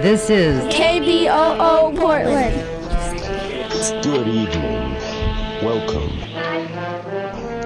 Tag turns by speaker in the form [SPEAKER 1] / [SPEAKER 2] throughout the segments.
[SPEAKER 1] This is
[SPEAKER 2] KBOO Portland.
[SPEAKER 3] Good evening. Welcome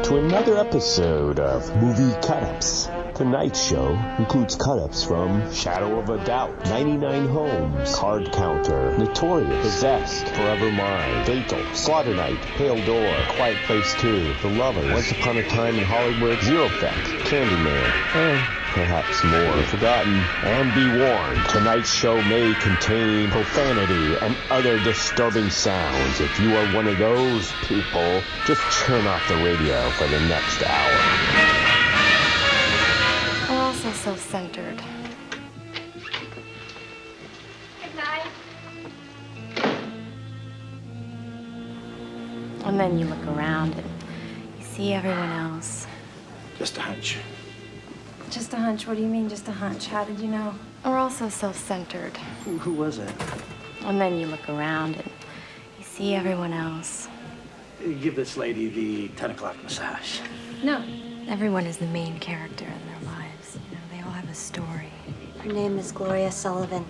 [SPEAKER 3] to another episode of Movie Cut Ups. Tonight's show includes cut ups from Shadow of a Doubt, 99 Homes, Card Counter, Notorious, Possessed, Forever Mine, Fatal, Slaughter Night, Pale Door, Quiet Place 2, The Lover, Once Upon a Time in Hollywood, Zero Effect, Candyman, and perhaps more forgotten. And be warned, tonight's show may contain profanity and other disturbing sounds. If you are one of those people, just turn off the radio for the next hour.
[SPEAKER 4] I'm also so centered. And then you look around and you see everyone else.
[SPEAKER 5] Just a hunch.
[SPEAKER 4] Just a hunch. What do you mean, just a hunch? How did you know? We're all so self centered.
[SPEAKER 5] Who, who was that?
[SPEAKER 4] And then you look around and you see everyone else.
[SPEAKER 5] Give this lady the 10 o'clock massage.
[SPEAKER 4] No. Everyone is the main character in their lives. You know, they all have a story.
[SPEAKER 6] Her name is Gloria Sullivan.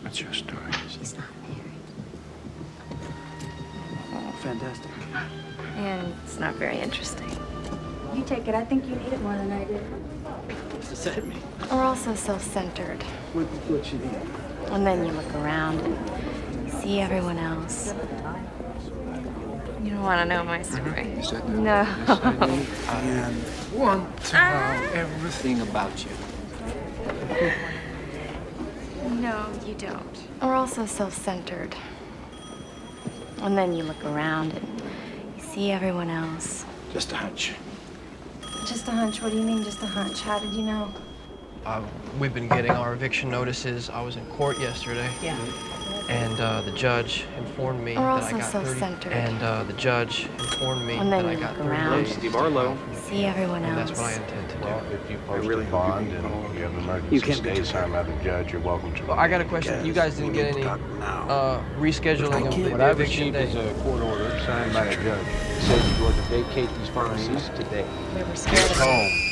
[SPEAKER 5] What's your story?
[SPEAKER 6] She's not married.
[SPEAKER 5] Oh, fantastic.
[SPEAKER 4] And it's not very interesting.
[SPEAKER 2] You take it. I think you need it more than I do.
[SPEAKER 5] What does that mean?
[SPEAKER 4] We're all so self centered.
[SPEAKER 5] What, what she need?
[SPEAKER 4] And then you look around and you see everyone else. You don't want to know my story. No.
[SPEAKER 7] and want to
[SPEAKER 5] Ah!
[SPEAKER 7] know everything about you.
[SPEAKER 4] No, you don't. We're all so self centered. And then you look around and you see everyone else.
[SPEAKER 5] Just a hunch.
[SPEAKER 4] Just a hunch. What do you mean, just a hunch? How did you know?
[SPEAKER 7] Uh, we've been getting our eviction notices. I was in court yesterday. Yeah. And uh, the judge informed me
[SPEAKER 4] We're all
[SPEAKER 7] that I
[SPEAKER 4] so
[SPEAKER 7] got 30
[SPEAKER 4] self-centered.
[SPEAKER 7] And uh, the judge informed me
[SPEAKER 4] And then
[SPEAKER 7] that I
[SPEAKER 4] you
[SPEAKER 7] got
[SPEAKER 4] look
[SPEAKER 7] 30
[SPEAKER 4] around.
[SPEAKER 7] days.
[SPEAKER 8] Steve Arlo.
[SPEAKER 4] You see everyone
[SPEAKER 7] And
[SPEAKER 4] else.
[SPEAKER 7] that's what I intend to do.
[SPEAKER 9] Well, if you post
[SPEAKER 5] really
[SPEAKER 9] a
[SPEAKER 5] hope you
[SPEAKER 9] bond
[SPEAKER 5] can
[SPEAKER 9] and you have an
[SPEAKER 5] You
[SPEAKER 9] emergency
[SPEAKER 5] can't be
[SPEAKER 9] stay
[SPEAKER 5] too
[SPEAKER 9] time by the judge, you're welcome to.
[SPEAKER 7] Well, I got a question. You guys didn't get any
[SPEAKER 5] Talk now.
[SPEAKER 7] uh, rescheduling of
[SPEAKER 9] What
[SPEAKER 7] the
[SPEAKER 9] I've
[SPEAKER 7] eviction
[SPEAKER 9] achieved
[SPEAKER 7] day.
[SPEAKER 9] is a court order signed by a judge. It says you are to vacate these premises today. This home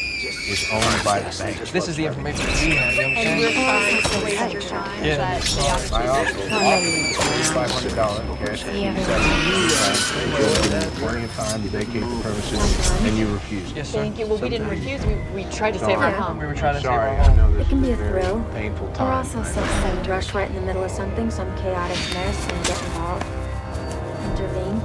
[SPEAKER 9] is owned by the bank.
[SPEAKER 7] This is the information we have. You know what I'm saying? Yeah.
[SPEAKER 9] I also offer five hundred dollars cash.
[SPEAKER 4] See everyone else.
[SPEAKER 9] Plenty of time to vacate the premises, and you refused.
[SPEAKER 7] Yes, sir.
[SPEAKER 10] Thank you. Well, we didn't refuse. We, we tried to save our home.
[SPEAKER 7] We were trying to save
[SPEAKER 9] Sorry,
[SPEAKER 7] our
[SPEAKER 9] I
[SPEAKER 7] home.
[SPEAKER 9] know this
[SPEAKER 6] can
[SPEAKER 9] is
[SPEAKER 6] be
[SPEAKER 9] a
[SPEAKER 6] a
[SPEAKER 9] very
[SPEAKER 6] thrill.
[SPEAKER 9] painful
[SPEAKER 4] We're all
[SPEAKER 9] time.
[SPEAKER 4] so self
[SPEAKER 6] And
[SPEAKER 4] centered.
[SPEAKER 6] rush right in the middle of something, some chaotic mess, and get involved. Intervene.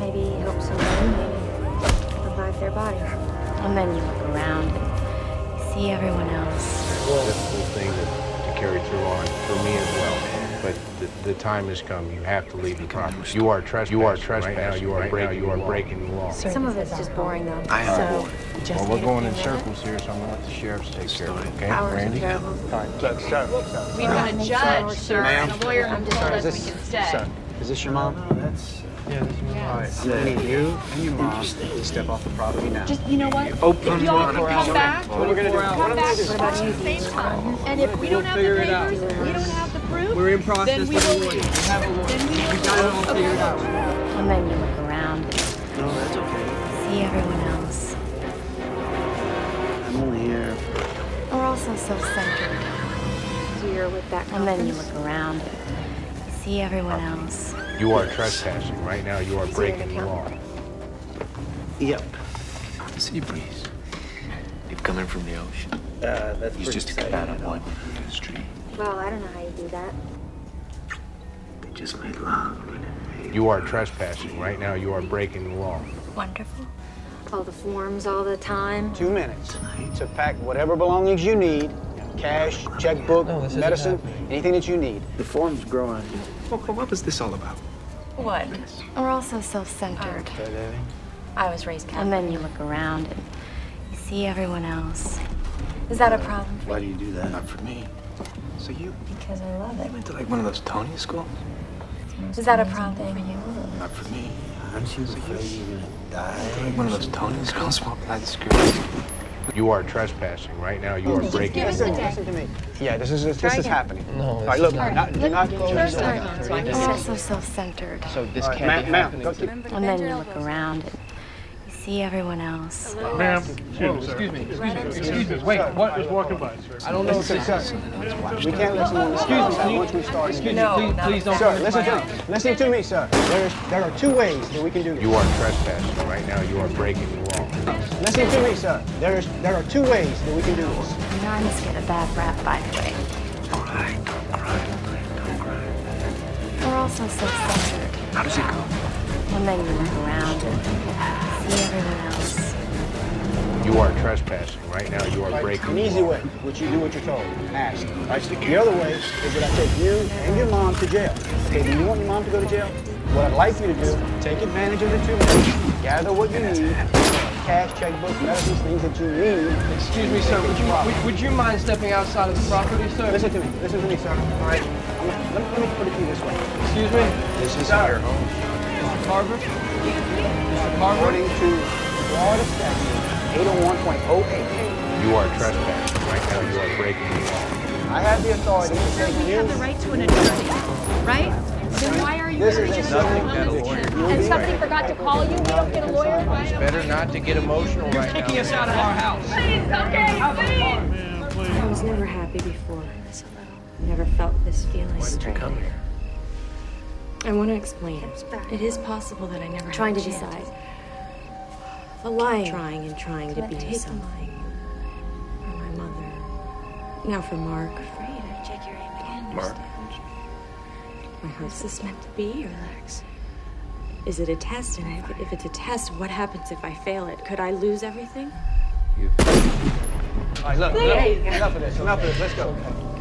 [SPEAKER 6] Maybe help somebody, maybe revive their body.
[SPEAKER 4] And then you look around and you see everyone else.
[SPEAKER 9] difficult thing to, to carry through on for me as well. But the, the time has come. You have to leave the property. You are trespassing. You are trespassing. Right now, you are breaking. You are breaking the law.
[SPEAKER 6] Some of it's just boring, though.
[SPEAKER 5] I am bored.
[SPEAKER 9] Well, we're going in circles here, so I'm gonna let the sheriffs take care of it. Okay,
[SPEAKER 6] Hours are
[SPEAKER 9] Randy.
[SPEAKER 6] terrible.
[SPEAKER 10] We want a judge, sir, and a lawyer who told us we can stay.
[SPEAKER 8] Is this your mom?
[SPEAKER 5] No, that's
[SPEAKER 7] Yeah, this is my
[SPEAKER 10] Yeah.
[SPEAKER 7] house.
[SPEAKER 8] I need uh, you and your mom to step off the property now.
[SPEAKER 10] Just, you know what?
[SPEAKER 8] Open
[SPEAKER 10] If y'all can come back,
[SPEAKER 8] What are we gonna do?
[SPEAKER 10] come back
[SPEAKER 6] What about you?
[SPEAKER 10] at the same time. And if we don't have the papers, we don't have the proof,
[SPEAKER 8] We're in process.
[SPEAKER 10] then we will leave.
[SPEAKER 4] And then you look around and you
[SPEAKER 5] no, that's okay.
[SPEAKER 4] see everyone else.
[SPEAKER 5] I'm only here.
[SPEAKER 4] We're all so self centered.
[SPEAKER 6] So you're with that
[SPEAKER 4] And then you
[SPEAKER 6] conference.
[SPEAKER 4] look around and you see everyone else.
[SPEAKER 9] You are trespassing. Right now, you are breaking the law.
[SPEAKER 5] Yep.
[SPEAKER 8] Sea breeze. It coming from the ocean.
[SPEAKER 5] Uh, that's
[SPEAKER 8] He's
[SPEAKER 5] pretty
[SPEAKER 8] just a
[SPEAKER 5] exciting,
[SPEAKER 8] cat
[SPEAKER 5] you
[SPEAKER 8] on
[SPEAKER 5] know.
[SPEAKER 8] one industry.
[SPEAKER 6] Well, I don't know how you do that.
[SPEAKER 5] They just made love. we didn't make-
[SPEAKER 9] You are trespassing. Right now, you are breaking the law.
[SPEAKER 4] Wonderful.
[SPEAKER 6] All the forms, all the time.
[SPEAKER 8] Two minutes to pack whatever belongings you need. Cash, checkbook,
[SPEAKER 7] No, this isn't
[SPEAKER 8] medicine,
[SPEAKER 7] happening.
[SPEAKER 8] anything that you need.
[SPEAKER 5] The form's growing. Coco, what was this all about?
[SPEAKER 10] What?
[SPEAKER 4] We're all so self centered.
[SPEAKER 10] I was raised
[SPEAKER 4] And then you look around and you see everyone else.
[SPEAKER 6] Is that a problem?
[SPEAKER 5] Why do you do that? Not for me. So you
[SPEAKER 6] Because I love it.
[SPEAKER 8] Went to like one of those Tony schools.
[SPEAKER 6] Is that a problem for you?
[SPEAKER 5] Not for me. Aren't you afraid you're gonna die?
[SPEAKER 8] One of those Tony schools. By the screws.
[SPEAKER 9] You are trespassing. Right now, you are breaking the
[SPEAKER 8] Listen,
[SPEAKER 9] law.
[SPEAKER 8] listen to me. Yeah, this is this, this is happening.
[SPEAKER 7] No,
[SPEAKER 8] All
[SPEAKER 7] this
[SPEAKER 8] right,
[SPEAKER 7] is
[SPEAKER 8] look,
[SPEAKER 7] not-
[SPEAKER 8] not, do not go.
[SPEAKER 10] First
[SPEAKER 8] All
[SPEAKER 10] time, so I'm
[SPEAKER 4] We're all so self centered.
[SPEAKER 7] So this
[SPEAKER 8] right,
[SPEAKER 7] can't
[SPEAKER 8] ma'am,
[SPEAKER 7] be
[SPEAKER 8] ma'am,
[SPEAKER 7] happening.
[SPEAKER 8] go keep
[SPEAKER 4] And then you look around and you see see everyone else.
[SPEAKER 11] Ma'am, excuse me, excuse me, excuse me, wait, what is walking by, sir?
[SPEAKER 8] I don't know if it's us. We can't let someone
[SPEAKER 11] Excuse me,
[SPEAKER 8] outside
[SPEAKER 11] please-
[SPEAKER 8] once we start.
[SPEAKER 11] excuse me, No, please- no. please don't
[SPEAKER 8] Sir,
[SPEAKER 11] come
[SPEAKER 8] listen
[SPEAKER 11] into
[SPEAKER 8] to
[SPEAKER 11] my
[SPEAKER 8] me. Listen to me, sir. There's, there are two ways that we can do this.
[SPEAKER 9] You are trespassing right now. You are breaking the law.
[SPEAKER 8] Listen to me, sir. There's, there are two ways that we can do this.
[SPEAKER 4] You know, I must get a bad rap, by the way. We're also so centered.
[SPEAKER 5] How does it go?
[SPEAKER 4] And then you look around and see everyone else.
[SPEAKER 9] You are trespassing right now. You are
[SPEAKER 8] Right,
[SPEAKER 9] breaking.
[SPEAKER 8] An easy way, which you do what you're told. Ask. Right, The other way is that I take you and your mom to jail. Okay, do you want your mom to go to jail? What I'd like you to do, take advantage of the two minutes, gather what you need, cash, checkbook, medicines, things that you need.
[SPEAKER 12] Excuse me, sir. Would you, would, would you mind stepping outside of the property, sir?
[SPEAKER 8] Listen to me. Listen to me, sir. All right. I'm gonna- Let me, let me put it to you this way.
[SPEAKER 12] Excuse me?
[SPEAKER 8] This is our home.
[SPEAKER 12] Carver?
[SPEAKER 8] According to Florida statute 801.08,
[SPEAKER 9] You are trespassing right now. You are breaking the law.
[SPEAKER 8] I have the authority to take
[SPEAKER 2] You
[SPEAKER 8] you.
[SPEAKER 2] have the right to an attorney, right? Then why are you
[SPEAKER 8] This
[SPEAKER 2] urging us
[SPEAKER 8] is nothing
[SPEAKER 2] on
[SPEAKER 8] but a
[SPEAKER 2] this
[SPEAKER 8] lawyer.
[SPEAKER 2] trip? And somebody forgot to call you, we don't get a lawyer? Why don't-
[SPEAKER 12] Better not to get emotional right now.
[SPEAKER 11] us out of our house.
[SPEAKER 2] Please, okay, please!
[SPEAKER 13] I was never happy before. Never felt this feeling.
[SPEAKER 5] Why did you come here?
[SPEAKER 13] I want to explain. It is possible that I never had trying to decide. The lying, trying and trying to be something. For my mother. Now for Mark. Afraid. Check your aim again.
[SPEAKER 5] Mark.
[SPEAKER 13] My heart. Is this meant to be, or Lex? Is it a test? And if, if it's a test, what happens if I fail it? Could I lose everything?
[SPEAKER 8] All right, look, look, enough of this, enough of this. Let's go.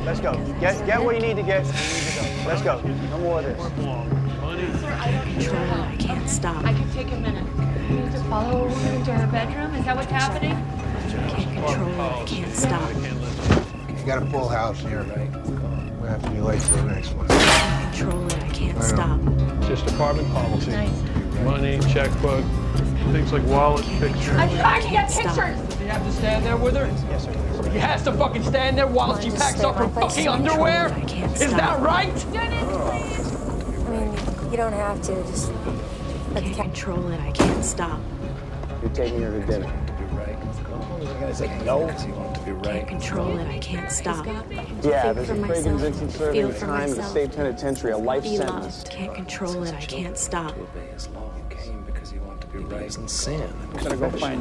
[SPEAKER 8] Let's go. Get, get what you need to get. You need to go. Let's go. No more of this.
[SPEAKER 13] I can't stop.
[SPEAKER 2] I can take a minute. You have to follow a woman into her bedroom, is that what's happening?
[SPEAKER 13] control it. I can't stop.
[SPEAKER 9] You got a full house here, right? We have to be late for the next one.
[SPEAKER 13] Control it. I can't stop.
[SPEAKER 11] Just apartment policy,
[SPEAKER 2] Nice.
[SPEAKER 11] money, checkbook, things like wallet, picture.
[SPEAKER 2] I'm trying to get pictures!
[SPEAKER 12] You have to stand there with her?
[SPEAKER 8] Yes, sir.
[SPEAKER 12] You has to fucking stand there while she packs up her fucking underwear?
[SPEAKER 13] I can't
[SPEAKER 12] Is that right?
[SPEAKER 6] I mean, you don't have to. Just
[SPEAKER 13] I can't control it. I can't stop.
[SPEAKER 8] You're taking her to dinner.
[SPEAKER 5] You're gonna say no. You want to be
[SPEAKER 13] I
[SPEAKER 5] right.
[SPEAKER 13] control it. I can't stop.
[SPEAKER 8] Yeah,
[SPEAKER 13] Think
[SPEAKER 8] there's
[SPEAKER 13] for
[SPEAKER 8] a Craig
[SPEAKER 13] myself.
[SPEAKER 8] and Vincent
[SPEAKER 13] Feel
[SPEAKER 8] serving
[SPEAKER 13] for
[SPEAKER 8] time in the
[SPEAKER 13] myself.
[SPEAKER 8] state penitentiary, a life
[SPEAKER 13] Be
[SPEAKER 8] sentence.
[SPEAKER 13] loved. Can't control it. I can't stop.
[SPEAKER 5] Obey his law. You came because you want to be right. in sin.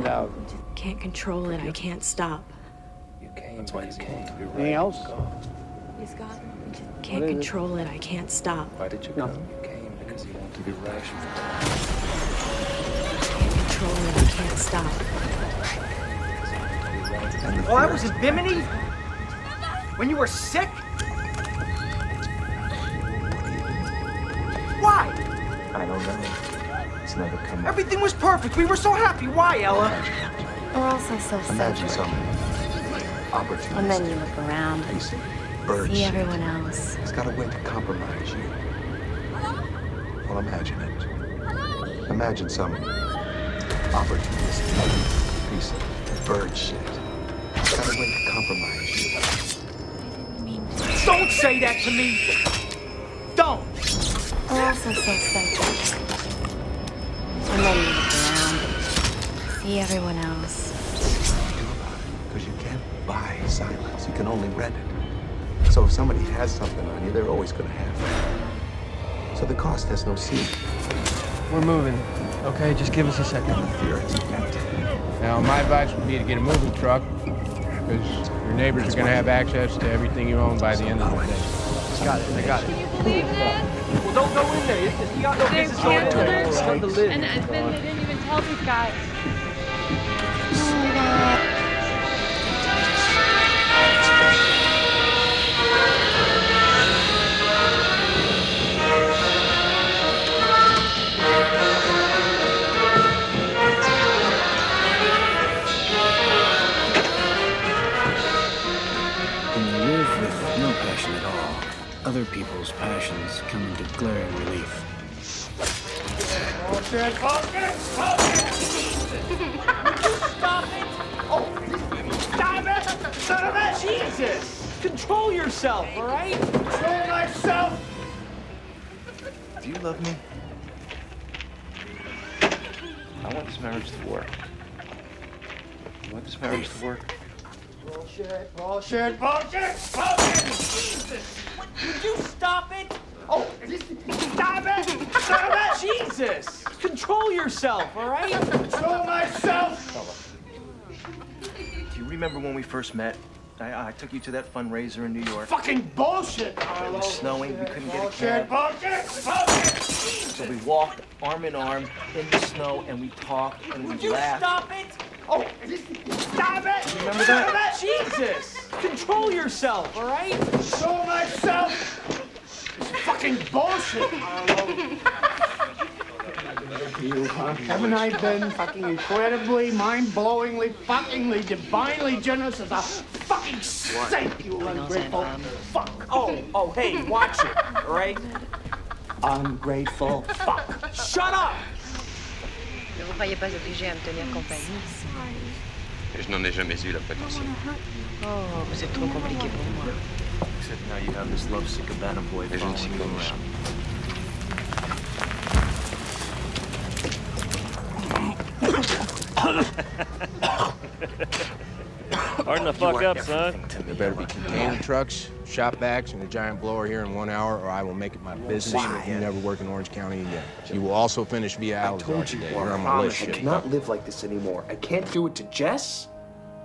[SPEAKER 8] out.
[SPEAKER 13] Can't control it. I can't stop.
[SPEAKER 5] You came. That's why you came. To be right.
[SPEAKER 8] Anything else?
[SPEAKER 13] Can't control it. I can't stop.
[SPEAKER 5] Why did you come? You came because you want to be right.
[SPEAKER 13] Can't control it. I can't stop.
[SPEAKER 10] All Oh, I was at Bimini? When you were sick? Why?
[SPEAKER 5] I don't know. It's never come up.
[SPEAKER 10] Everything was perfect. We were so happy. Why, Ella?
[SPEAKER 4] We're also so
[SPEAKER 5] Imagine
[SPEAKER 4] centered.
[SPEAKER 5] something. Opportunist.
[SPEAKER 4] And then you look around and
[SPEAKER 5] He's bird
[SPEAKER 4] see
[SPEAKER 5] shit.
[SPEAKER 4] everyone else.
[SPEAKER 5] He's got a way to compromise you. Well, imagine it. Imagine some opportunist piece of bird shit. He's got a way to compromise you.
[SPEAKER 10] Don't say that to me. Don't.
[SPEAKER 4] We're also so centered. And then you look around and see everyone else.
[SPEAKER 5] Because you can't buy silence, you can only rent it. So if somebody has something on you, they're always going to have it. So the cost has no ceiling.
[SPEAKER 12] We're moving. Okay, just give us a second.
[SPEAKER 5] Fear is empty.
[SPEAKER 9] Now, my advice would be to get a moving truck because your neighbors are going to have access to everything you own by the end of the day.
[SPEAKER 12] Got it. I got it.
[SPEAKER 2] Believe this?
[SPEAKER 10] Well, don't go in there. It's, it's, you got no
[SPEAKER 2] They're
[SPEAKER 10] business going in there.
[SPEAKER 2] cancelers.
[SPEAKER 12] Start to live.
[SPEAKER 2] And and then they didn't even tell these guys.
[SPEAKER 5] When you live with no passion at all, other people's passions come into glaring relief.
[SPEAKER 10] Jesus! Control yourself, all right? Control myself!
[SPEAKER 5] Do you love me? I want you this marriage to work. I want this marriage to work.
[SPEAKER 14] Bullshit, bullshit, bullshit, bullshit! Jesus! What, Could you stop it? Oh, this- stop it! Stop it! Jesus! Control yourself, all right? Control myself!
[SPEAKER 5] Do you remember when we first met? I, I took you to that fundraiser in New York.
[SPEAKER 14] Fucking bullshit,
[SPEAKER 5] It
[SPEAKER 14] Carlo!
[SPEAKER 5] was snowing. We couldn't get a
[SPEAKER 14] Bullshit,
[SPEAKER 5] cab.
[SPEAKER 14] bullshit, bullshit!
[SPEAKER 5] So we walked arm in arm in the snow and we talked and
[SPEAKER 14] Would
[SPEAKER 5] we
[SPEAKER 14] you
[SPEAKER 5] laughed.
[SPEAKER 14] stop it? Oh, this- stop it!
[SPEAKER 5] Remember
[SPEAKER 14] stop
[SPEAKER 5] that?
[SPEAKER 14] it! Jesus! Control yourself, all right? Show myself! This fucking bullshit, Carlo!
[SPEAKER 8] Haven't I been fucking incredibly, mind-blowingly, fuckingly, divinely generous as a fucking saint, you ungrateful fuck?
[SPEAKER 14] Oh, oh, hey, watch it, all right? Ungrateful fuck. Shut up!
[SPEAKER 6] Ne vous croyez pas obligé à me tenir compagnie.
[SPEAKER 15] Et je n'en ai jamais eu la prétention.
[SPEAKER 6] Oh, vous êtes trop compliqué pour moi.
[SPEAKER 5] Except now you have this lovesick abandoned boy following you around.
[SPEAKER 16] Harden the fuck up, son.
[SPEAKER 9] There better be container trucks, shop bags, and a giant blower here in one hour, or I will make it my business that you never work in Orange County again. You will also finish via Alizar today. You're on my list.
[SPEAKER 10] I cannot live like this anymore. I can't do it to Jess.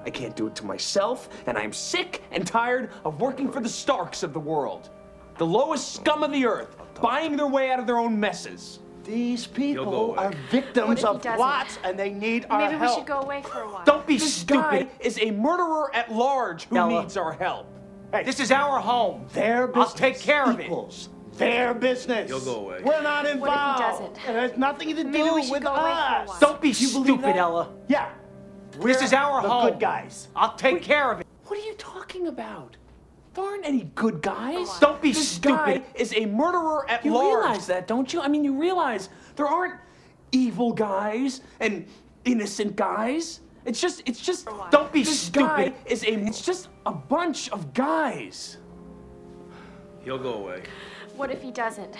[SPEAKER 10] I can't do it to myself, and I'm sick and tired of working for the Starks of the world, the lowest scum of the earth, buying their way out of their own messes.
[SPEAKER 8] These people are victims
[SPEAKER 10] What if
[SPEAKER 8] of
[SPEAKER 10] he doesn't?
[SPEAKER 8] plots, and they need our
[SPEAKER 10] Maybe we
[SPEAKER 8] help.
[SPEAKER 10] should go
[SPEAKER 2] away for a while.
[SPEAKER 10] Don't be
[SPEAKER 8] This
[SPEAKER 10] stupid.
[SPEAKER 8] guy
[SPEAKER 10] is a murderer at large who
[SPEAKER 8] Nella.
[SPEAKER 10] needs our help. This is our home.
[SPEAKER 8] Their
[SPEAKER 10] I'll take care of it.
[SPEAKER 8] Their business.
[SPEAKER 10] You'll go away.
[SPEAKER 8] We're not involved. It has nothing to do with us.
[SPEAKER 10] Don't be stupid, Ella.
[SPEAKER 8] Yeah.
[SPEAKER 10] this is our
[SPEAKER 8] the
[SPEAKER 10] home.
[SPEAKER 8] good guys.
[SPEAKER 10] I'll take care of it.
[SPEAKER 8] What are you talking about?
[SPEAKER 10] There aren't any good guys. Don't be stupid.
[SPEAKER 8] guy
[SPEAKER 10] is a murderer at
[SPEAKER 8] You
[SPEAKER 10] large.
[SPEAKER 8] realize
[SPEAKER 10] that, don't you? I mean, you realize there aren't evil guys and innocent guys. It's just, it's just. Don't be stupid. is a. It's just a bunch of guys.
[SPEAKER 15] He'll go away.
[SPEAKER 2] What if he doesn't?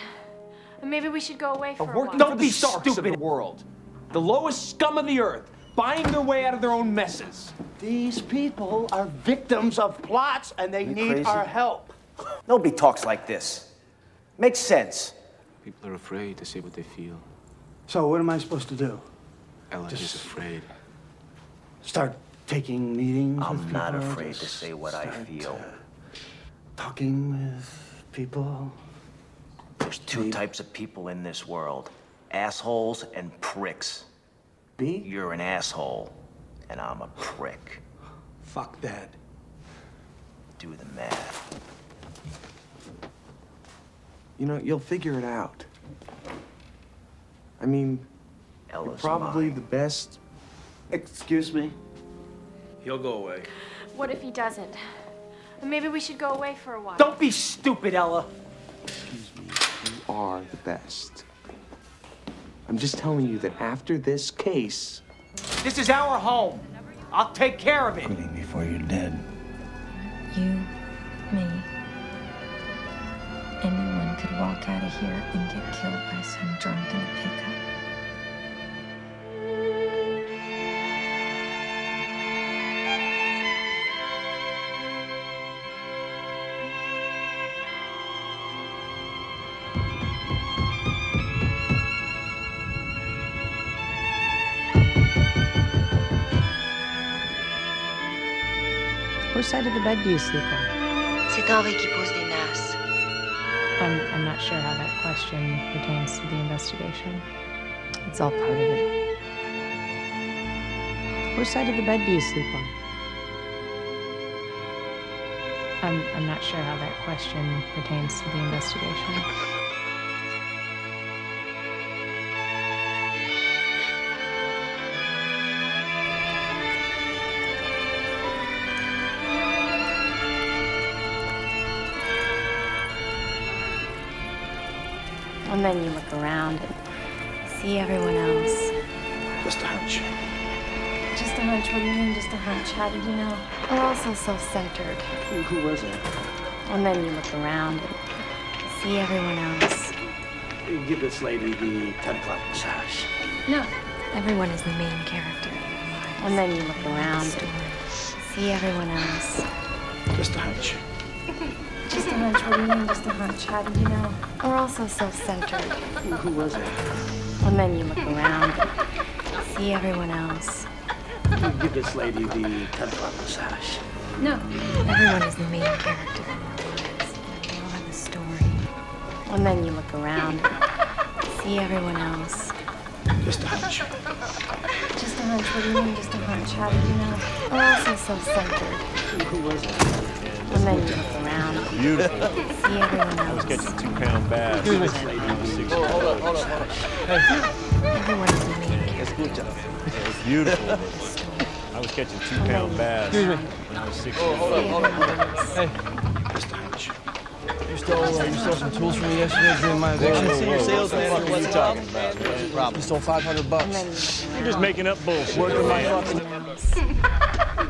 [SPEAKER 2] Maybe we should go away
[SPEAKER 10] Are
[SPEAKER 2] for a while.
[SPEAKER 10] working for the Starks of the world, the lowest scum of the earth, buying their way out of their own messes.
[SPEAKER 8] These people are victims of plots, and they
[SPEAKER 17] You
[SPEAKER 8] need
[SPEAKER 17] crazy?
[SPEAKER 8] our help.
[SPEAKER 17] Nobody talks like this. Makes sense.
[SPEAKER 18] People are afraid to say what they feel.
[SPEAKER 8] So what am I supposed to do?
[SPEAKER 18] Ella is afraid.
[SPEAKER 8] Start taking meetings.
[SPEAKER 17] I'm
[SPEAKER 8] with
[SPEAKER 17] not
[SPEAKER 8] people?
[SPEAKER 17] afraid to say what I
[SPEAKER 8] Start,
[SPEAKER 17] feel.
[SPEAKER 8] uh, Talking with people.
[SPEAKER 17] There's two types of people in this world assholes and pricks.
[SPEAKER 8] B?
[SPEAKER 17] You're an asshole, and I'm a prick.
[SPEAKER 8] Fuck that.
[SPEAKER 17] Do the math.
[SPEAKER 19] You know, you'll figure it out. I mean, you're
[SPEAKER 17] Ella's
[SPEAKER 19] probably
[SPEAKER 17] mine.
[SPEAKER 19] the best. Excuse me?
[SPEAKER 15] He'll go away.
[SPEAKER 2] What if he doesn't? Maybe we should go away for a while.
[SPEAKER 10] Don't be stupid, Ella.
[SPEAKER 19] You are the best. I'm just telling you that after this case,
[SPEAKER 10] This is our home. I'll take care of it.
[SPEAKER 19] before you're dead,
[SPEAKER 7] You, me, anyone could walk out of here and get killed by some drunk in a pickup.
[SPEAKER 6] Whose side of the bed do you sleep on? C'est Henri qui pose des nasses.
[SPEAKER 7] I'm, I'm not sure how that question pertains to the investigation. It's all part of it.
[SPEAKER 6] Whose side of the bed do you sleep on?
[SPEAKER 7] I'm, I'm not sure how that question pertains to the investigation.
[SPEAKER 4] And then you look around and see everyone else.
[SPEAKER 20] Just a hunch.
[SPEAKER 4] Just a hunch. What do you mean, just a hunch? How did you know? We're all so self-centered.
[SPEAKER 19] who, who was that?
[SPEAKER 4] And then you look around and see everyone else.
[SPEAKER 19] Give this lady the 10 o'clock massage.
[SPEAKER 4] No, Everyone is the main character. And then you look around and see everyone else.
[SPEAKER 7] Just a hunch.
[SPEAKER 6] Just a hunch. What do you mean, just a hunch? How do you know?
[SPEAKER 4] We're all so self-centered.
[SPEAKER 7] Who, who was it?
[SPEAKER 4] And then you look around and see everyone else.
[SPEAKER 7] You give this lady the template massage.
[SPEAKER 4] No. Everyone is the main character. They all have a story. And then you look around and see everyone else.
[SPEAKER 7] Just a hunch.
[SPEAKER 6] Just a hunch. What do you mean, just a hunch? How do you know?
[SPEAKER 4] We're all so self-centered.
[SPEAKER 7] Who, who was it?
[SPEAKER 4] And then you look around
[SPEAKER 3] Beautiful.
[SPEAKER 4] and see everyone
[SPEAKER 3] I was
[SPEAKER 4] else.
[SPEAKER 3] catching two pound bass.
[SPEAKER 7] Give this lady the
[SPEAKER 3] Six pound
[SPEAKER 4] Everyone is the main
[SPEAKER 7] escucha.
[SPEAKER 3] It was beautiful. I was catching two pound bass
[SPEAKER 7] Excuse me.
[SPEAKER 3] when I was six
[SPEAKER 7] Oh,
[SPEAKER 3] years
[SPEAKER 7] hold
[SPEAKER 3] old.
[SPEAKER 7] on, hold on, hold on.
[SPEAKER 10] Hey.
[SPEAKER 7] Just a hunch.
[SPEAKER 10] You stole, uh, you stole some tools from me yesterday during my eviction.
[SPEAKER 3] whoa, whoa. What the fuck are you talking about, man?
[SPEAKER 10] Rob, you stole 500 bucks.
[SPEAKER 3] You're just making up bullshit.
[SPEAKER 10] Working my
[SPEAKER 3] man.
[SPEAKER 4] character.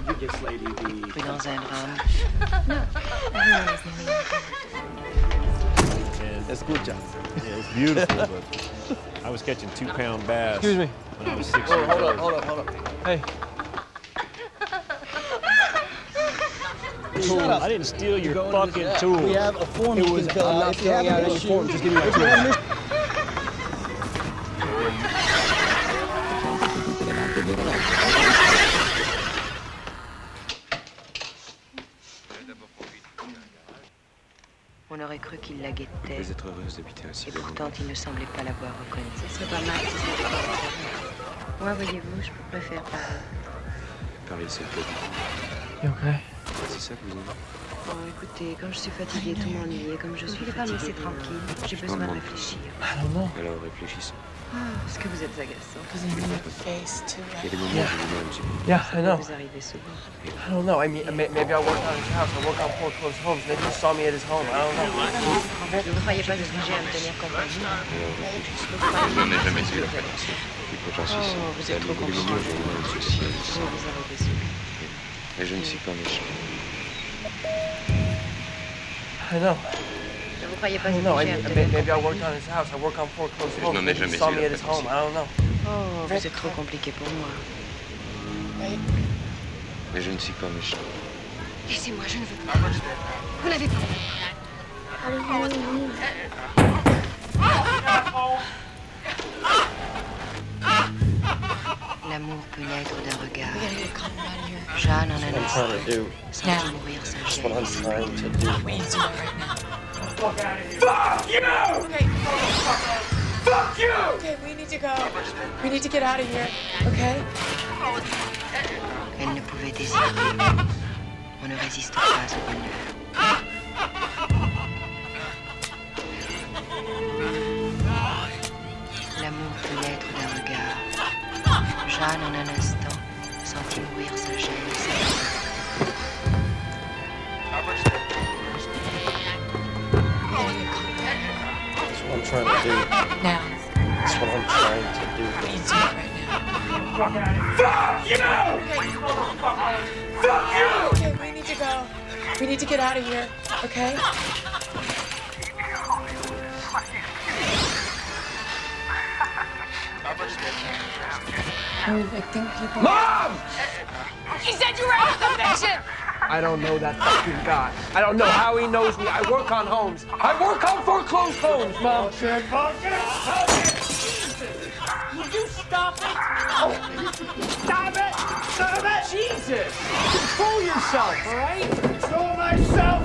[SPEAKER 7] You give this lady the.
[SPEAKER 4] Everyone is the main
[SPEAKER 7] Escucha.
[SPEAKER 3] Yeah, it's beautiful, but I was catching two pound bass.
[SPEAKER 10] Excuse me.
[SPEAKER 3] When I was six
[SPEAKER 10] Oh,
[SPEAKER 3] years
[SPEAKER 10] hold on,
[SPEAKER 3] old.
[SPEAKER 10] hold on, hold on. Hey.
[SPEAKER 3] Tools. I didn't steal your fucking tools.
[SPEAKER 8] We have a form
[SPEAKER 3] It
[SPEAKER 8] you
[SPEAKER 3] was
[SPEAKER 8] can fill
[SPEAKER 3] I'm
[SPEAKER 8] out.
[SPEAKER 3] not
[SPEAKER 8] If you have
[SPEAKER 3] filling out
[SPEAKER 8] an
[SPEAKER 3] any
[SPEAKER 8] issue-
[SPEAKER 3] form, just give me my
[SPEAKER 8] If you have an
[SPEAKER 3] tools.
[SPEAKER 8] issue-
[SPEAKER 11] On aurait cru qu'il la guettait.
[SPEAKER 7] Vous êtes heureuse d'habiter un si
[SPEAKER 11] Et
[SPEAKER 7] bel endroit.
[SPEAKER 11] pourtant, il ne semblait pas l'avoir reconnue. Ce serait pas mal si c'était Moi, voyez-vous, je préfère Paris.
[SPEAKER 7] Paris, c'est le
[SPEAKER 10] You okay?
[SPEAKER 7] C'est ça que vous aimez
[SPEAKER 11] Bon, Oh, écoutez, quand je suis fatiguée, tout m'ennuie. Et Comme je suis fatiguée, me laisser tranquille. J'ai
[SPEAKER 7] Je
[SPEAKER 11] besoin de
[SPEAKER 7] comprends.
[SPEAKER 11] réfléchir.
[SPEAKER 7] Alors réfléchissez.
[SPEAKER 11] Ah, parce que vous êtes agaçant.
[SPEAKER 7] Il y a des moments où je vous mets un petit peu.
[SPEAKER 10] Yeah, I know.
[SPEAKER 11] Vous arrivez souvent.
[SPEAKER 10] I don't know. I mean, may- maybe I work out at his house. I work out poor close homes. Maybe he saw me at his home. I don't know.
[SPEAKER 11] Vous ne croyez pas que j'ai à me tenir compagnie
[SPEAKER 5] Je n'en ai jamais eu la panacée.
[SPEAKER 7] J'en suis sûr.
[SPEAKER 11] Oh, vous êtes
[SPEAKER 7] Il y
[SPEAKER 11] trop
[SPEAKER 7] a des moments où je vous mets un petit peu.
[SPEAKER 11] Vous, vous arrivez souvent.
[SPEAKER 7] Mais je ne suis pas méchant.
[SPEAKER 10] I know.
[SPEAKER 11] Ne vous croyez pas
[SPEAKER 10] I
[SPEAKER 11] que
[SPEAKER 10] don't know. I
[SPEAKER 11] j'ai à
[SPEAKER 10] mean,
[SPEAKER 11] me
[SPEAKER 10] may-
[SPEAKER 11] tenir
[SPEAKER 10] maybe I
[SPEAKER 11] compagnie
[SPEAKER 10] work out at his house. I work on poor close
[SPEAKER 5] Je
[SPEAKER 10] homes.
[SPEAKER 5] n'en ai
[SPEAKER 10] Maybe he
[SPEAKER 5] jamais
[SPEAKER 10] saw
[SPEAKER 5] eu
[SPEAKER 10] me
[SPEAKER 5] la
[SPEAKER 10] at his home. I don't know.
[SPEAKER 11] Oh, vous êtes trop compliqué pour moi.
[SPEAKER 7] Mais je ne suis pas méchant.
[SPEAKER 4] Laissez-moi, je ne veux pas. Vous n'avez pas.
[SPEAKER 11] L'amour peut naître d'un regard. Jeanne en a
[SPEAKER 8] I'm
[SPEAKER 11] naissance.
[SPEAKER 8] trying to do.
[SPEAKER 11] Sans mourir sans
[SPEAKER 8] That's
[SPEAKER 11] gêne.
[SPEAKER 8] what I'm trying to do.
[SPEAKER 13] Fuck you! Okay. Fuck you! Okay, we need to go. We need to get out of here. Okay?
[SPEAKER 11] Elle ne pouvait désirer. On ne résiste pas au bonheur. L'amour peut naître d'un regard. Jeanne, en un instant, sentit mourir sa gêne.
[SPEAKER 8] That's what I'm trying to do.
[SPEAKER 13] Now.
[SPEAKER 8] That's what I'm trying to do.
[SPEAKER 13] Fuck you! Fuck you! Okay, we need to go. We need to get out of here. Okay?
[SPEAKER 2] I mean, I think people.
[SPEAKER 10] Mom!
[SPEAKER 13] He said you were out of conviction!
[SPEAKER 10] I don't know that fucking guy. I don't know how he knows me. I work on homes. I work on foreclosed homes, Mom. Bullshit,
[SPEAKER 8] Would you stop it? Oh, stop it! Stop it! Jesus! Control yourself, all right? Control myself!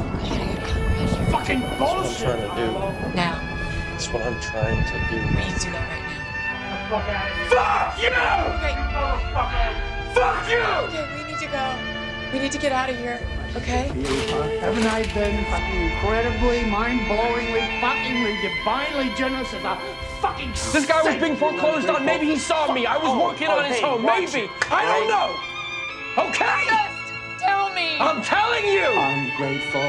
[SPEAKER 8] Fucking bullshit! That's what I'm trying to do. Now. That's what I'm trying to do. We need to go right now. Fuck you!
[SPEAKER 13] Fuck you! Okay, we need to go. We need to get out of here. Okay?
[SPEAKER 21] Haven't I been fucking incredibly, mind-blowingly, fuckingly, divinely generous as a fucking
[SPEAKER 10] This guy was
[SPEAKER 21] saint? Oh,
[SPEAKER 10] being foreclosed on. Maybe he saw me. I was working on his home. Maybe. I don't know. Okay?
[SPEAKER 13] Tell me!
[SPEAKER 10] I'm telling you.
[SPEAKER 21] I'm grateful.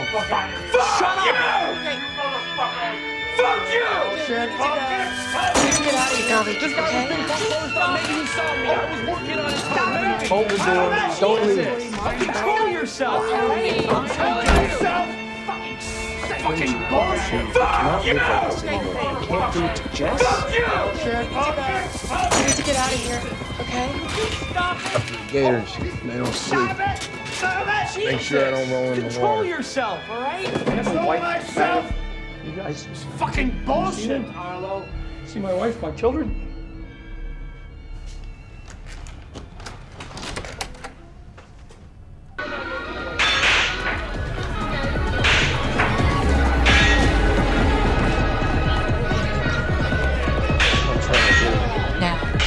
[SPEAKER 10] Shut up.
[SPEAKER 13] Okay. Fuck you! Okay, we need to go. We need to get out of here.
[SPEAKER 10] This guy was being foreclosed on. Maybe he saw me. I was working on his home. Maybe.
[SPEAKER 8] Hold the door. Don't leave.
[SPEAKER 10] Control yourself. all right? I'm telling you.
[SPEAKER 8] Fucking saint!
[SPEAKER 22] fucking bullshit. Fuck you!
[SPEAKER 5] Can't do it to Jess?
[SPEAKER 7] We need to get out of here, okay?
[SPEAKER 9] Gators, they don't sleep. Make sure I don't roll in the
[SPEAKER 23] Control
[SPEAKER 9] water.
[SPEAKER 23] yourself, all right?
[SPEAKER 22] Control
[SPEAKER 23] White
[SPEAKER 22] myself.
[SPEAKER 23] You
[SPEAKER 22] guys, it's fucking bullshit, Harlow. See my wife, my children.
[SPEAKER 24] Now,
[SPEAKER 7] Fuck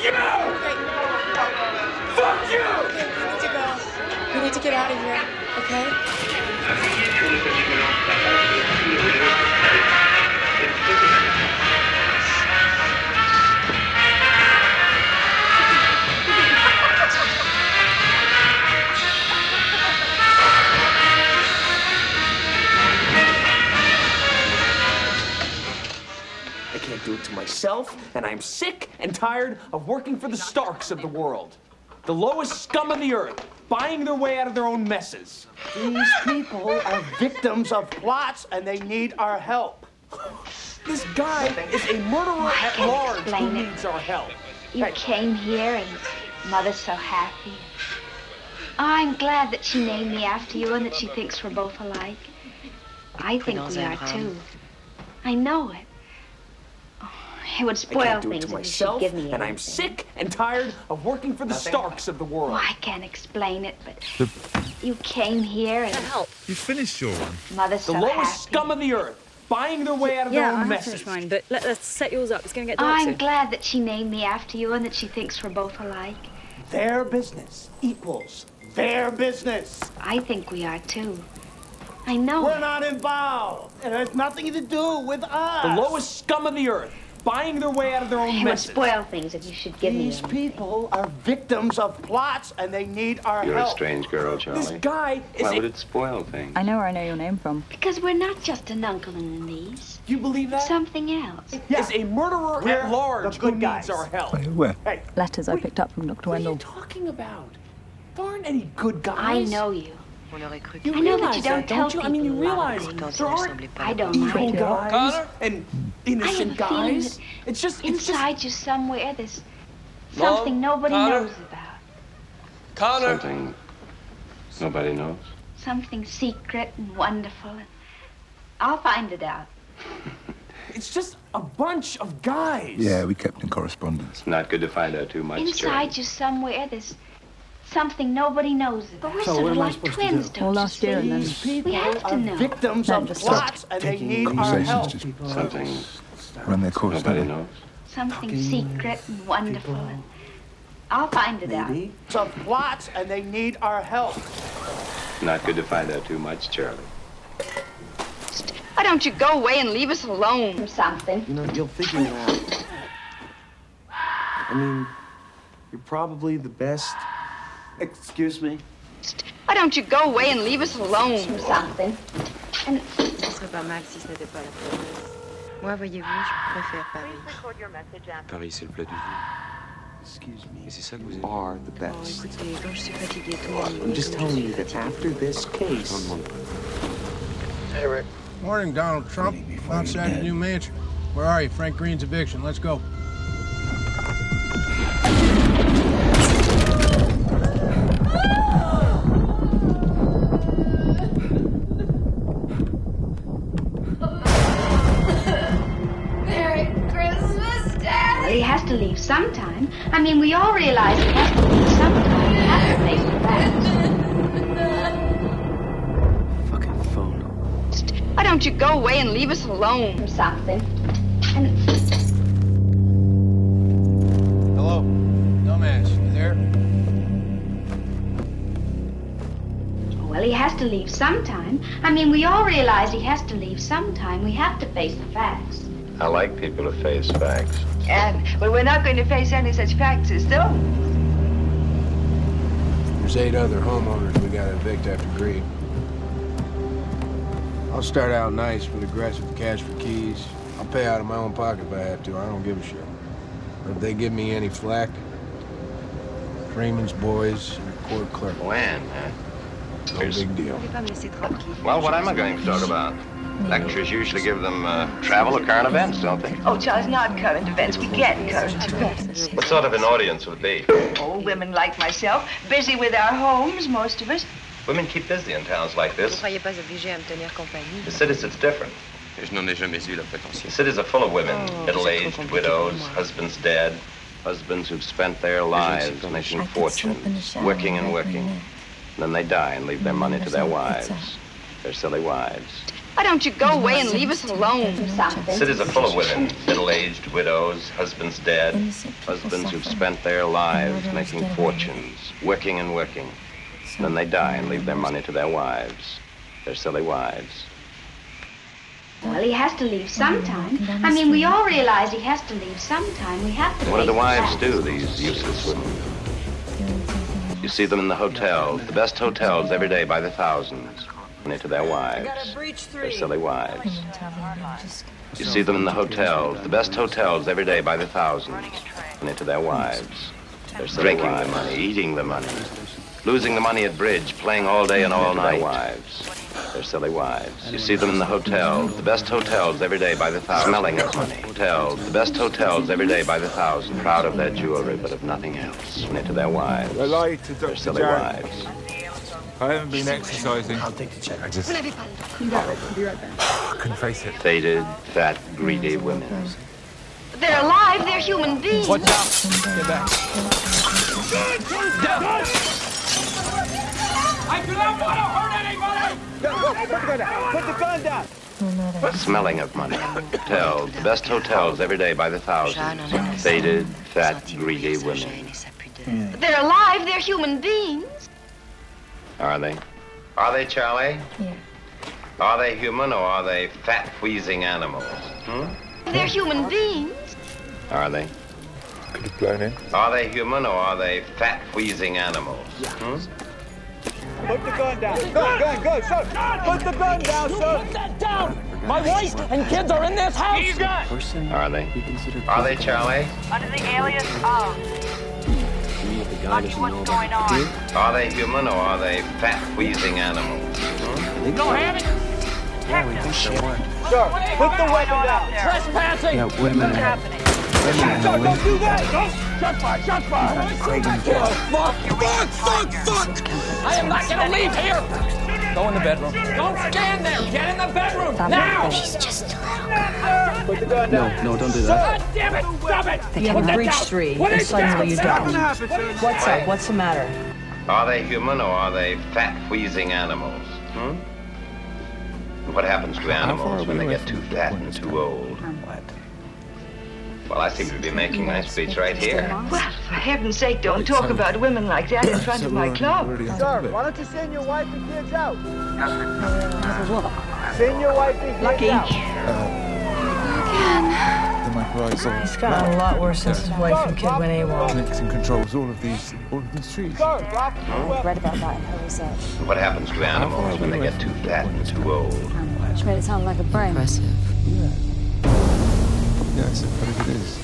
[SPEAKER 7] you! Fuck you! Okay, we need to go. We need to get out of here, okay?
[SPEAKER 10] I can't do it to myself, and I'm sick and tired of working for the Starks of the world. The lowest scum of the earth, buying their way out of their own messes.
[SPEAKER 8] These people are victims of plots and they need our help.
[SPEAKER 10] This guy is a murderer
[SPEAKER 8] I
[SPEAKER 10] at
[SPEAKER 8] can
[SPEAKER 10] large who
[SPEAKER 8] explain it.
[SPEAKER 10] needs our help.
[SPEAKER 25] You came here and Mother's so happy. I'm glad that she named me after you and that she thinks we're both alike. I think we are too. I know it. Oh, it would
[SPEAKER 10] I
[SPEAKER 25] spoil
[SPEAKER 10] can't do it
[SPEAKER 25] things
[SPEAKER 10] to
[SPEAKER 25] if you should
[SPEAKER 10] myself,
[SPEAKER 25] give me
[SPEAKER 10] and I'm
[SPEAKER 25] anything.
[SPEAKER 10] sick and tired of working for the Starks of the world.
[SPEAKER 25] Well, I can't explain it, but
[SPEAKER 10] The-
[SPEAKER 25] you came here and
[SPEAKER 26] You finished your one.
[SPEAKER 25] Mother's
[SPEAKER 10] The
[SPEAKER 25] so
[SPEAKER 10] lowest
[SPEAKER 25] happy.
[SPEAKER 10] scum of the earth, buying their way out of
[SPEAKER 25] Yeah,
[SPEAKER 10] their
[SPEAKER 25] I
[SPEAKER 10] own
[SPEAKER 25] have
[SPEAKER 10] messes.
[SPEAKER 25] finished
[SPEAKER 27] Fine, but let, us set yours up. It's going to get dark
[SPEAKER 25] I'm
[SPEAKER 27] soon.
[SPEAKER 25] glad that she named me after you and that she thinks we're both alike.
[SPEAKER 8] Their business equals their business.
[SPEAKER 25] I think we are too. I know.
[SPEAKER 8] We're not involved. It has nothing to do with us.
[SPEAKER 10] The lowest scum of the earth, buying their way out of their own
[SPEAKER 25] It would
[SPEAKER 10] messes.
[SPEAKER 25] spoil things if you should give me
[SPEAKER 8] These people are victims of plots and they need our
[SPEAKER 28] You're a
[SPEAKER 8] help.
[SPEAKER 28] strange girl, Charlie.
[SPEAKER 8] guy
[SPEAKER 28] Why would it spoil things?
[SPEAKER 27] I know where I know your name from.
[SPEAKER 25] Because we're not just an uncle and a niece.
[SPEAKER 10] You believe that?
[SPEAKER 25] Something else.
[SPEAKER 10] Is a murderer at large who needs our help.
[SPEAKER 28] Where?
[SPEAKER 27] Letters I picked up from Dr. Wendell.
[SPEAKER 10] Talking about, there aren't any good guys.
[SPEAKER 25] I know you.
[SPEAKER 10] You
[SPEAKER 25] I know that
[SPEAKER 10] realize
[SPEAKER 25] you
[SPEAKER 10] that,
[SPEAKER 25] don't tell
[SPEAKER 10] don't you? I mean, you
[SPEAKER 25] people a lot of
[SPEAKER 10] realize
[SPEAKER 25] things.
[SPEAKER 10] there aren't
[SPEAKER 25] I don't
[SPEAKER 10] evil
[SPEAKER 25] mind.
[SPEAKER 10] guys Connor? and innocent
[SPEAKER 25] I have a feeling
[SPEAKER 10] guys.
[SPEAKER 25] that
[SPEAKER 10] It's just
[SPEAKER 25] inside you somewhere. There's
[SPEAKER 28] Mom,
[SPEAKER 25] something nobody
[SPEAKER 28] Connor?
[SPEAKER 25] knows about.
[SPEAKER 28] Connor. Something nobody knows.
[SPEAKER 25] Something secret and wonderful. And I'll find it out.
[SPEAKER 10] It's just a bunch of guys.
[SPEAKER 28] Yeah, we kept in correspondence. It's not good to find out too much. Charlie.
[SPEAKER 25] Inside you somewhere. There's something nobody knows about. But we're
[SPEAKER 28] So
[SPEAKER 25] sort
[SPEAKER 28] what
[SPEAKER 25] of
[SPEAKER 28] am I
[SPEAKER 25] like
[SPEAKER 28] supposed to
[SPEAKER 25] twins,
[SPEAKER 28] do?
[SPEAKER 25] don't
[SPEAKER 27] Well,
[SPEAKER 25] you
[SPEAKER 27] last year
[SPEAKER 25] see?
[SPEAKER 27] and then-
[SPEAKER 8] These people
[SPEAKER 25] we have to
[SPEAKER 8] are
[SPEAKER 25] know.
[SPEAKER 8] victims
[SPEAKER 27] No,
[SPEAKER 8] of
[SPEAKER 27] just
[SPEAKER 8] plots and they need our help.
[SPEAKER 28] Conversations just something run their course. Nobody knows.
[SPEAKER 25] Something secret and wonderful. And I'll find it out.
[SPEAKER 8] Victims of plots and they need our help.
[SPEAKER 28] Not good to find out too much, Charlie.
[SPEAKER 25] Why don't you go away and leave us alone or something?
[SPEAKER 5] You know, you'll figure it out. I mean, you're probably the best. Excuse me?
[SPEAKER 25] Why don't you go away and leave us alone or something?
[SPEAKER 6] Ce serait pas mal si ce n'était pas la province. Moi, voyez-vous, je préfère Paris.
[SPEAKER 5] Paris, c'est le plat du jour. Excuse me. Et c'est ça que vous Are the
[SPEAKER 29] Oh,
[SPEAKER 6] Bon,
[SPEAKER 5] best.
[SPEAKER 6] écoutez, quand je suis fatiguée, tout
[SPEAKER 5] I'm just telling you that after this case,
[SPEAKER 30] Hey, Rick. Morning, Donald Trump. Outside the new mansion. Where are you? Frank Green's eviction. Let's go.
[SPEAKER 25] Merry Christmas, Daddy! He has to leave sometime. I mean, we all realize he has to leave sometime. We have to face the facts.
[SPEAKER 5] fucking phone.
[SPEAKER 25] Why don't you go away and leave us alone or something? And
[SPEAKER 30] Hello. Dumbass, you there?
[SPEAKER 25] well, he has to leave sometime. I mean, we all realize he has to leave sometime. We have to face the facts.
[SPEAKER 28] I like people to face facts.
[SPEAKER 25] uh,
[SPEAKER 6] And, well, we're not going to face any such facts as though.
[SPEAKER 9] There's eight other homeowners we got to evict after greed. I'll start out nice with aggressive cash for keys. I'll pay out of my own pocket if I have to. I don't give a shit. But if they give me any flack, Freeman's boys and the court clerk.
[SPEAKER 28] When, huh?
[SPEAKER 5] No big deal.
[SPEAKER 31] Vous pouvez pas me laisser tranquille.
[SPEAKER 28] Well, what am I going to talk about? Lectures usually give them uh, travel or current events, don't they?
[SPEAKER 11] Oh, Charles, not current events. We get current events.
[SPEAKER 28] What sort of an audience would be?
[SPEAKER 11] Old women like myself, busy with our homes, most of us.
[SPEAKER 28] Women keep busy in towns like
[SPEAKER 31] Vous ne
[SPEAKER 28] this.
[SPEAKER 31] soyez pas obligé à me tenir compagnie.
[SPEAKER 28] The cities, it's different.
[SPEAKER 32] Et je n'en ai jamais eu la prétention.
[SPEAKER 28] The cities are full of women,
[SPEAKER 31] Oh,
[SPEAKER 28] middle-aged,
[SPEAKER 31] c'est trop compliqué
[SPEAKER 28] widows,
[SPEAKER 31] pour moi.
[SPEAKER 28] husbands dead, husbands who've spent their lives making fortunes, working and working. Then they die and leave their money
[SPEAKER 31] Mm,
[SPEAKER 28] to their wives, their silly wives.
[SPEAKER 25] Why don't you go away and leave us alone for something?
[SPEAKER 28] Cities are full of women, middle-aged widows, husbands dead, husbands who've spent their lives making fortunes, working and working. Then they die and leave their money to their wives, their silly wives.
[SPEAKER 25] Well, he has to leave sometime. I mean, we all realize he has to leave sometime. We have to.
[SPEAKER 28] What do the
[SPEAKER 25] face
[SPEAKER 28] wives
[SPEAKER 25] that.
[SPEAKER 28] do, these useless women? You see them in the hotels, the best hotels every day by the thousands, money to their wives, their silly wives. You see them in the hotels, the best hotels every day by the thousands, money to their wives. They're drinking the money, eating the money, losing the money at bridge, playing all day and all night. Their wives, their silly wives. You see them in the hotels, the best hotels every day by the thousands, smelling of money. Hotels, the best hotels every day by the thousands, proud of their jewelry but of nothing else, money to their wives,
[SPEAKER 13] I lied to
[SPEAKER 28] their
[SPEAKER 13] Dr.
[SPEAKER 28] silly
[SPEAKER 13] Jarrett.
[SPEAKER 28] wives.
[SPEAKER 13] I haven't been exercising. I'll take the check. I just
[SPEAKER 11] You got it. Be right back.
[SPEAKER 13] couldn't face it.
[SPEAKER 28] Faded, fat, greedy women.
[SPEAKER 25] They're alive. They're human beings.
[SPEAKER 13] Watch out! Get back.
[SPEAKER 10] I do not want to hurt anybody! Put the gun down!
[SPEAKER 28] Smelling of money. Hotels, the best hotels every day by the thousands. Faded, fat, greedy women.
[SPEAKER 25] They're alive. They're human beings.
[SPEAKER 28] Are they? Are they, Charlie?
[SPEAKER 11] Yeah.
[SPEAKER 28] Are they human or are they fat, wheezing animals? Hmm?
[SPEAKER 25] They're human beings.
[SPEAKER 28] Are they?
[SPEAKER 13] Could have blown in.
[SPEAKER 28] Are they human or are they fat, wheezing animals? Hmm?
[SPEAKER 10] Put the gun down! Go, go, go, son! Put the gun down, son! Put that down! My wife and kids are in this house! He's got
[SPEAKER 28] Are they? Are they, Charlie?
[SPEAKER 10] Under the alias of.
[SPEAKER 11] What's going on?
[SPEAKER 28] Hmm? Are they human or are they fat, wheezing animals? Hmm?
[SPEAKER 10] Go have it!
[SPEAKER 28] Yeah, we think so.
[SPEAKER 10] Sir, put the weapon down! Trespassing!
[SPEAKER 13] Yeah, women.
[SPEAKER 10] What's happening? Sir, don't do that! Don't! Shot fire! Shot fire! Fuck! Fuck! Fuck! Fuck! I am not gonna leave here! Go in the bedroom. Don't stand there! Get in the bedroom! Now! She's just Put the gun down.
[SPEAKER 7] No, don't do that.
[SPEAKER 10] God damn it! Stop it!
[SPEAKER 29] They have
[SPEAKER 10] Put that
[SPEAKER 29] breach
[SPEAKER 10] down.
[SPEAKER 29] three,
[SPEAKER 10] Put
[SPEAKER 29] and
[SPEAKER 10] it
[SPEAKER 29] suddenly
[SPEAKER 10] down.
[SPEAKER 29] you don't.
[SPEAKER 10] Nothing happened.
[SPEAKER 29] What's up? What's the matter?
[SPEAKER 28] Are they human or are they fat, wheezing animals? Hmm? What happens to animals when they get too fat and too old? Well, I seem to be making my speech right here.
[SPEAKER 11] Well, for heaven's sake, don't talk about women like that in front of my club.
[SPEAKER 10] Sir, why don't you send your wife and kids out?
[SPEAKER 11] What?
[SPEAKER 10] Send your wife and kids
[SPEAKER 11] Lucky.
[SPEAKER 10] out.
[SPEAKER 13] Then my horizon. It's
[SPEAKER 29] gotten a lot worse since his wife and kid went AWOL.
[SPEAKER 13] Nixon controls all of these, all of these trees.
[SPEAKER 29] Read about that in her research.
[SPEAKER 28] What happens to animals when they get too fat and too old?
[SPEAKER 29] She made it sound like a brain. Impressive.
[SPEAKER 13] Yeah, it's what it is.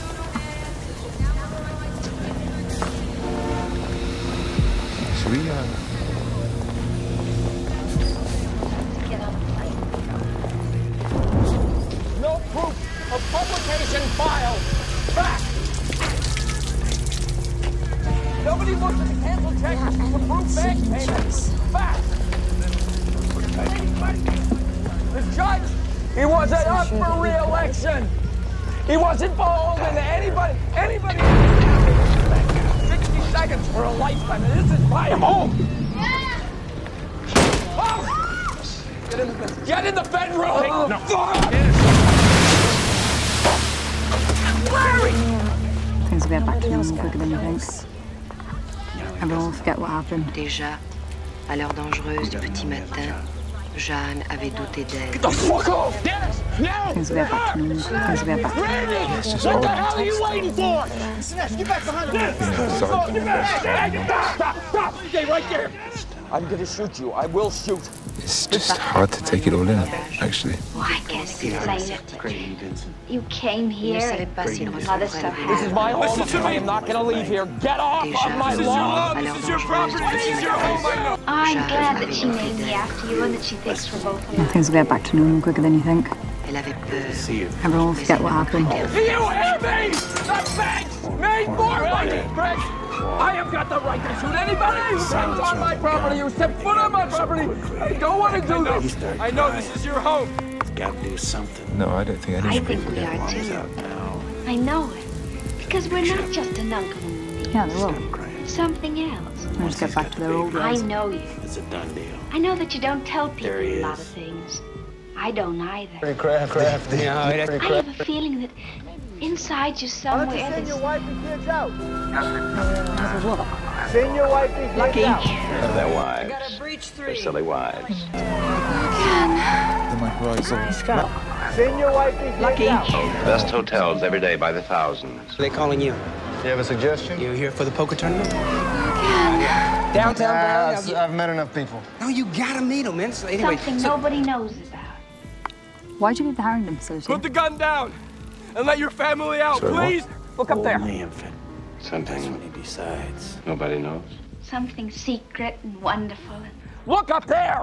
[SPEAKER 13] Should we, uh,
[SPEAKER 10] No proof of publication file. Back. Nobody looked at the cancel check for proof back payment. Back. The judge, he wasn't up for re-election. He wasn't beholden to anybody. Anybody. Sixty seconds for a lifetime. And this is my home. Oh! Get in the bedroom. Get in the bedroom. Fuck!
[SPEAKER 33] Things will get back to normal quicker than you think. Everyone will forget what happened.
[SPEAKER 31] Déjà, à l'heure dangereuse du petit matin, Jeanne avait douté d'elle.
[SPEAKER 33] Things will get back to normal. Things will get back to normal.
[SPEAKER 10] What the hell are you waiting for? Get back behind the Get back! Stop! Stop! Stay right there!
[SPEAKER 34] I'm gonna shoot you. I will shoot.
[SPEAKER 5] It's just hard to take it all in, actually.
[SPEAKER 25] Well, I can't explain it. You came here and mother's so happy.
[SPEAKER 34] This is my home. I'm not gonna leave here. Get off of my lawn. This is your property. This is your home. I know.
[SPEAKER 25] I'm glad that she named me after you and that she thinks we're both alike.
[SPEAKER 33] Things will get back to normal quicker than you think. Everyone will forget what happened.
[SPEAKER 10] Do you hear me? The banks made more money, Chris. I have got the right to shoot anybody who steps on my property, who steps foot on my property. I don't want to do this. I know this is your home.
[SPEAKER 5] Gotta do something. No, I don't think anyone
[SPEAKER 25] I think we are too. I know it. Because we're not just an uncle.
[SPEAKER 33] Yeah, they will.
[SPEAKER 25] Something else.
[SPEAKER 33] They'll just get back to their old
[SPEAKER 25] I
[SPEAKER 33] ways.
[SPEAKER 25] know you.
[SPEAKER 7] It's a done deal.
[SPEAKER 25] I know that you don't tell people a lot of things. I don't either.
[SPEAKER 8] Pretty crafty. crafty. Yeah,
[SPEAKER 25] I have a feeling that inside you somewhere. there's-
[SPEAKER 10] wife and kids out.
[SPEAKER 34] Send your wife and kids
[SPEAKER 10] Lucky.
[SPEAKER 28] of their wives, their silly wives.
[SPEAKER 5] They might rise up.
[SPEAKER 34] Send your wife and kids
[SPEAKER 10] Lucky.
[SPEAKER 28] The best hotels every day by the thousands.
[SPEAKER 7] They're calling you.
[SPEAKER 6] You have a suggestion?
[SPEAKER 7] You here for the poker tournament?
[SPEAKER 6] Downtown
[SPEAKER 7] Brown,
[SPEAKER 6] I've,
[SPEAKER 7] you-
[SPEAKER 6] I've met enough people.
[SPEAKER 7] No, you gotta meet him, man. So anyway,
[SPEAKER 33] Something
[SPEAKER 7] so-
[SPEAKER 25] Nobody knows about.
[SPEAKER 33] Why'd you leave the Harrington facility?
[SPEAKER 10] Put the gun down and let your family out,
[SPEAKER 28] Sorry, what?
[SPEAKER 10] please. Look up there.
[SPEAKER 28] Something besides. Nobody knows.
[SPEAKER 25] Something secret and wonderful.
[SPEAKER 10] Look up there!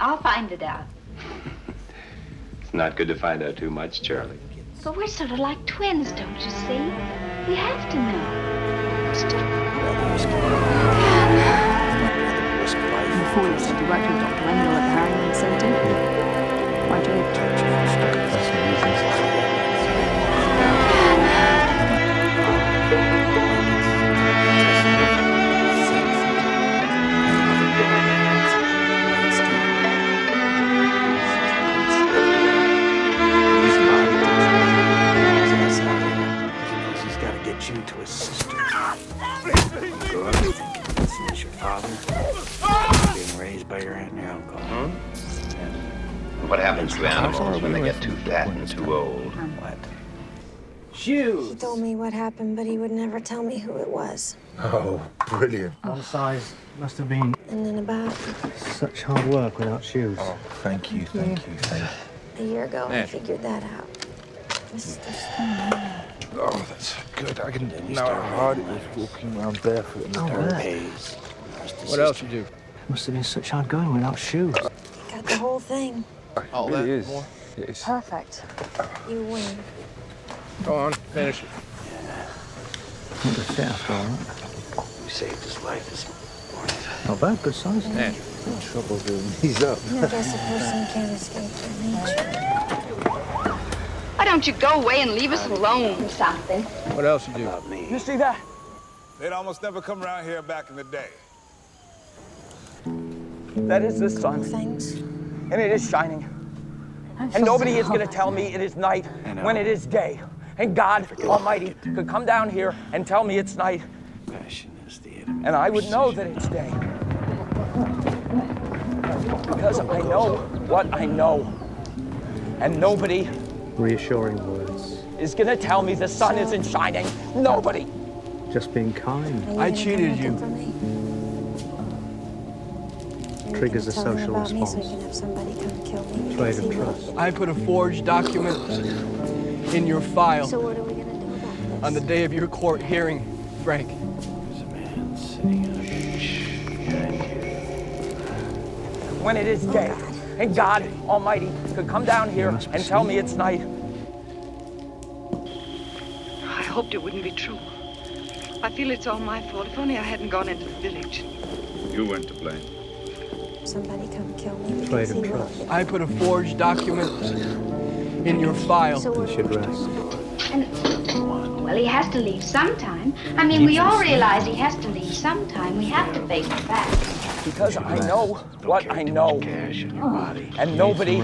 [SPEAKER 25] I'll find it out.
[SPEAKER 28] It's not good to find out too much, Charlie.
[SPEAKER 25] But we're sort of like twins, don't you see? We have to know.
[SPEAKER 33] Before you said you worked with Dr. Wendell at the Harrington facility. Why do
[SPEAKER 7] She's gotta get you to a sister.
[SPEAKER 10] Grow
[SPEAKER 7] up thinking this is your father. Being raised by your aunt and your uncle.
[SPEAKER 28] What happens to animals when they get too fat and too old? What?
[SPEAKER 7] Shoes.
[SPEAKER 2] He told me what happened, but he would never tell me who it was.
[SPEAKER 6] Oh, brilliant. One size must have been
[SPEAKER 2] And then about
[SPEAKER 6] such hard work without shoes. Oh,
[SPEAKER 5] thank you, thank you, thank you.
[SPEAKER 2] a year ago, I
[SPEAKER 6] Yeah.
[SPEAKER 2] figured that out.
[SPEAKER 5] Oh, that's good. I can know how hard it was walking around barefoot in the
[SPEAKER 6] Oh,
[SPEAKER 5] dirt.
[SPEAKER 6] right.
[SPEAKER 12] What else you do?
[SPEAKER 6] Must have been such hard going without shoes.
[SPEAKER 2] Got the whole thing.
[SPEAKER 12] All
[SPEAKER 6] really
[SPEAKER 12] that
[SPEAKER 6] is.
[SPEAKER 12] more.
[SPEAKER 2] Perfect. You win.
[SPEAKER 12] Go on, finish it.
[SPEAKER 7] You saved his life this
[SPEAKER 6] Not bad, good size.
[SPEAKER 7] Yeah.
[SPEAKER 6] No trouble doing these up.
[SPEAKER 2] And I guess a person can't escape their nature.
[SPEAKER 25] Why don't you go away and leave us alone? Something.
[SPEAKER 12] What else you do?
[SPEAKER 10] You see that?
[SPEAKER 13] They'd almost never come around here back in the day.
[SPEAKER 10] That is the sun. And it is shining. And nobody is going to tell me it is night when it is day. And God Almighty could come down here and tell me it's night. And I would know that it's day. Because I know what I know. And nobody
[SPEAKER 6] Reassuring words.
[SPEAKER 10] is going to tell me the sun isn't shining. Nobody.
[SPEAKER 6] Just being kind.
[SPEAKER 10] I cheated you.
[SPEAKER 6] Triggers a
[SPEAKER 2] Tell them
[SPEAKER 6] social
[SPEAKER 2] about me so
[SPEAKER 6] response.
[SPEAKER 2] we can have somebody come kill me.
[SPEAKER 6] Trade and trust.
[SPEAKER 12] I put a forged document in your file
[SPEAKER 2] So what are we gonna do about this?
[SPEAKER 12] on the day of your court hearing, Frank.
[SPEAKER 10] when it is day. And God Almighty could come down here and tell me it's night.
[SPEAKER 11] I hoped it wouldn't be true. I feel it's all my fault. If only I hadn't gone into the village.
[SPEAKER 28] You weren't to blame.
[SPEAKER 2] Somebody come kill me.
[SPEAKER 12] Trade
[SPEAKER 2] and
[SPEAKER 12] trust. I put a forged document in your file.
[SPEAKER 6] You should rest.
[SPEAKER 25] Well, he has to leave sometime. I mean, we all realize he has to leave sometime. We have to face the fact.
[SPEAKER 10] Because I know what I know. And nobody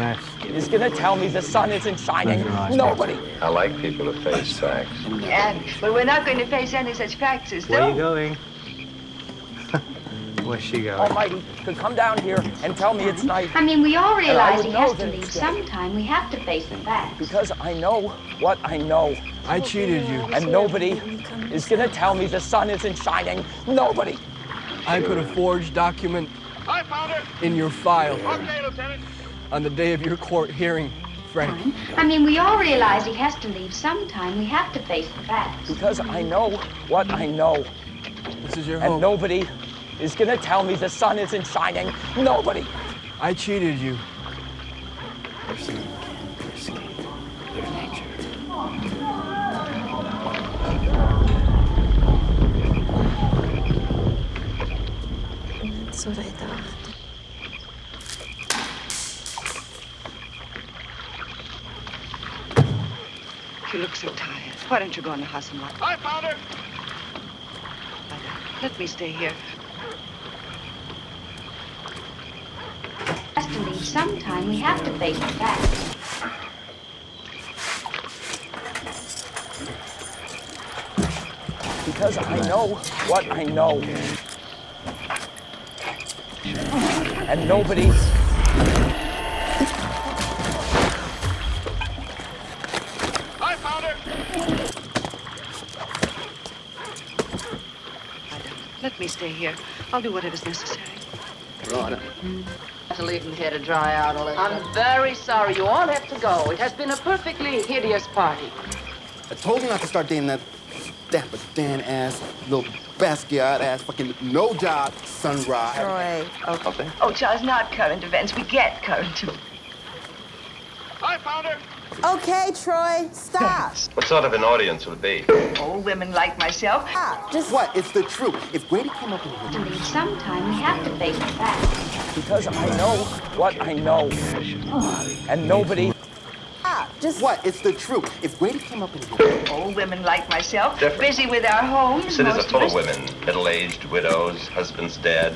[SPEAKER 10] is gonna tell me the sun isn't shining. Nobody.
[SPEAKER 28] I like people to face facts.
[SPEAKER 11] Yeah, but we're not going to face any such facts as
[SPEAKER 6] Where are
[SPEAKER 11] though.
[SPEAKER 6] you going? Where's she going?
[SPEAKER 10] Almighty could come down here and tell me it's night.
[SPEAKER 25] I mean, we all
[SPEAKER 10] And I
[SPEAKER 25] realize
[SPEAKER 10] would
[SPEAKER 25] he
[SPEAKER 10] know
[SPEAKER 25] has to
[SPEAKER 10] that
[SPEAKER 25] leave
[SPEAKER 10] it's day.
[SPEAKER 25] sometime. We have to face the fact.
[SPEAKER 10] Because I know what I know. I cheated you. And nobody is gonna tell me the sun isn't shining. Nobody.
[SPEAKER 12] I put a forged document
[SPEAKER 8] in your file on the day of your court hearing, Frank.
[SPEAKER 25] I mean, we all realize he has to leave sometime. We have to face the facts.
[SPEAKER 10] Because I know what I know.
[SPEAKER 8] This is your
[SPEAKER 10] And nobody is gonna tell me the sun isn't shining. Nobody.
[SPEAKER 8] I cheated you.
[SPEAKER 35] Their skin, their skin, their nature.
[SPEAKER 6] And that's what I thought.
[SPEAKER 11] You look so tired. Why don't you go in the house and lie? I found her. Let me stay here.
[SPEAKER 25] He has to leave sometime. We have to face the facts.
[SPEAKER 10] Because I know what I know. And nobody.
[SPEAKER 36] I found her!
[SPEAKER 11] Let me stay here. I'll do whatever's necessary.
[SPEAKER 37] Right. To leave him here to dry out a little. I'm very sorry. You all have to go. It has been a perfectly hideous party.
[SPEAKER 38] I told him not to start dating that dapper Dan ass, little Basquiat ass, fucking no job, sunrise.
[SPEAKER 39] Troy, okay. Oh, Charles, not current events. We get current events.
[SPEAKER 36] I found her!
[SPEAKER 40] Okay, Troy, stop.
[SPEAKER 28] What sort of an audience would be?
[SPEAKER 40] Old women like myself.
[SPEAKER 38] Just what? It's the truth. If Grady came up in here,
[SPEAKER 25] To leave sometime. We have to face the facts.
[SPEAKER 10] Because I know what I know. And nobody.
[SPEAKER 38] Just what? It's the truth. If Grady came up in here,
[SPEAKER 40] Old women like myself.
[SPEAKER 28] Jeffrey.
[SPEAKER 40] Busy with our homes.
[SPEAKER 28] Cities are
[SPEAKER 40] most
[SPEAKER 28] full
[SPEAKER 40] us.
[SPEAKER 28] of women, middle-aged widows, husbands dead,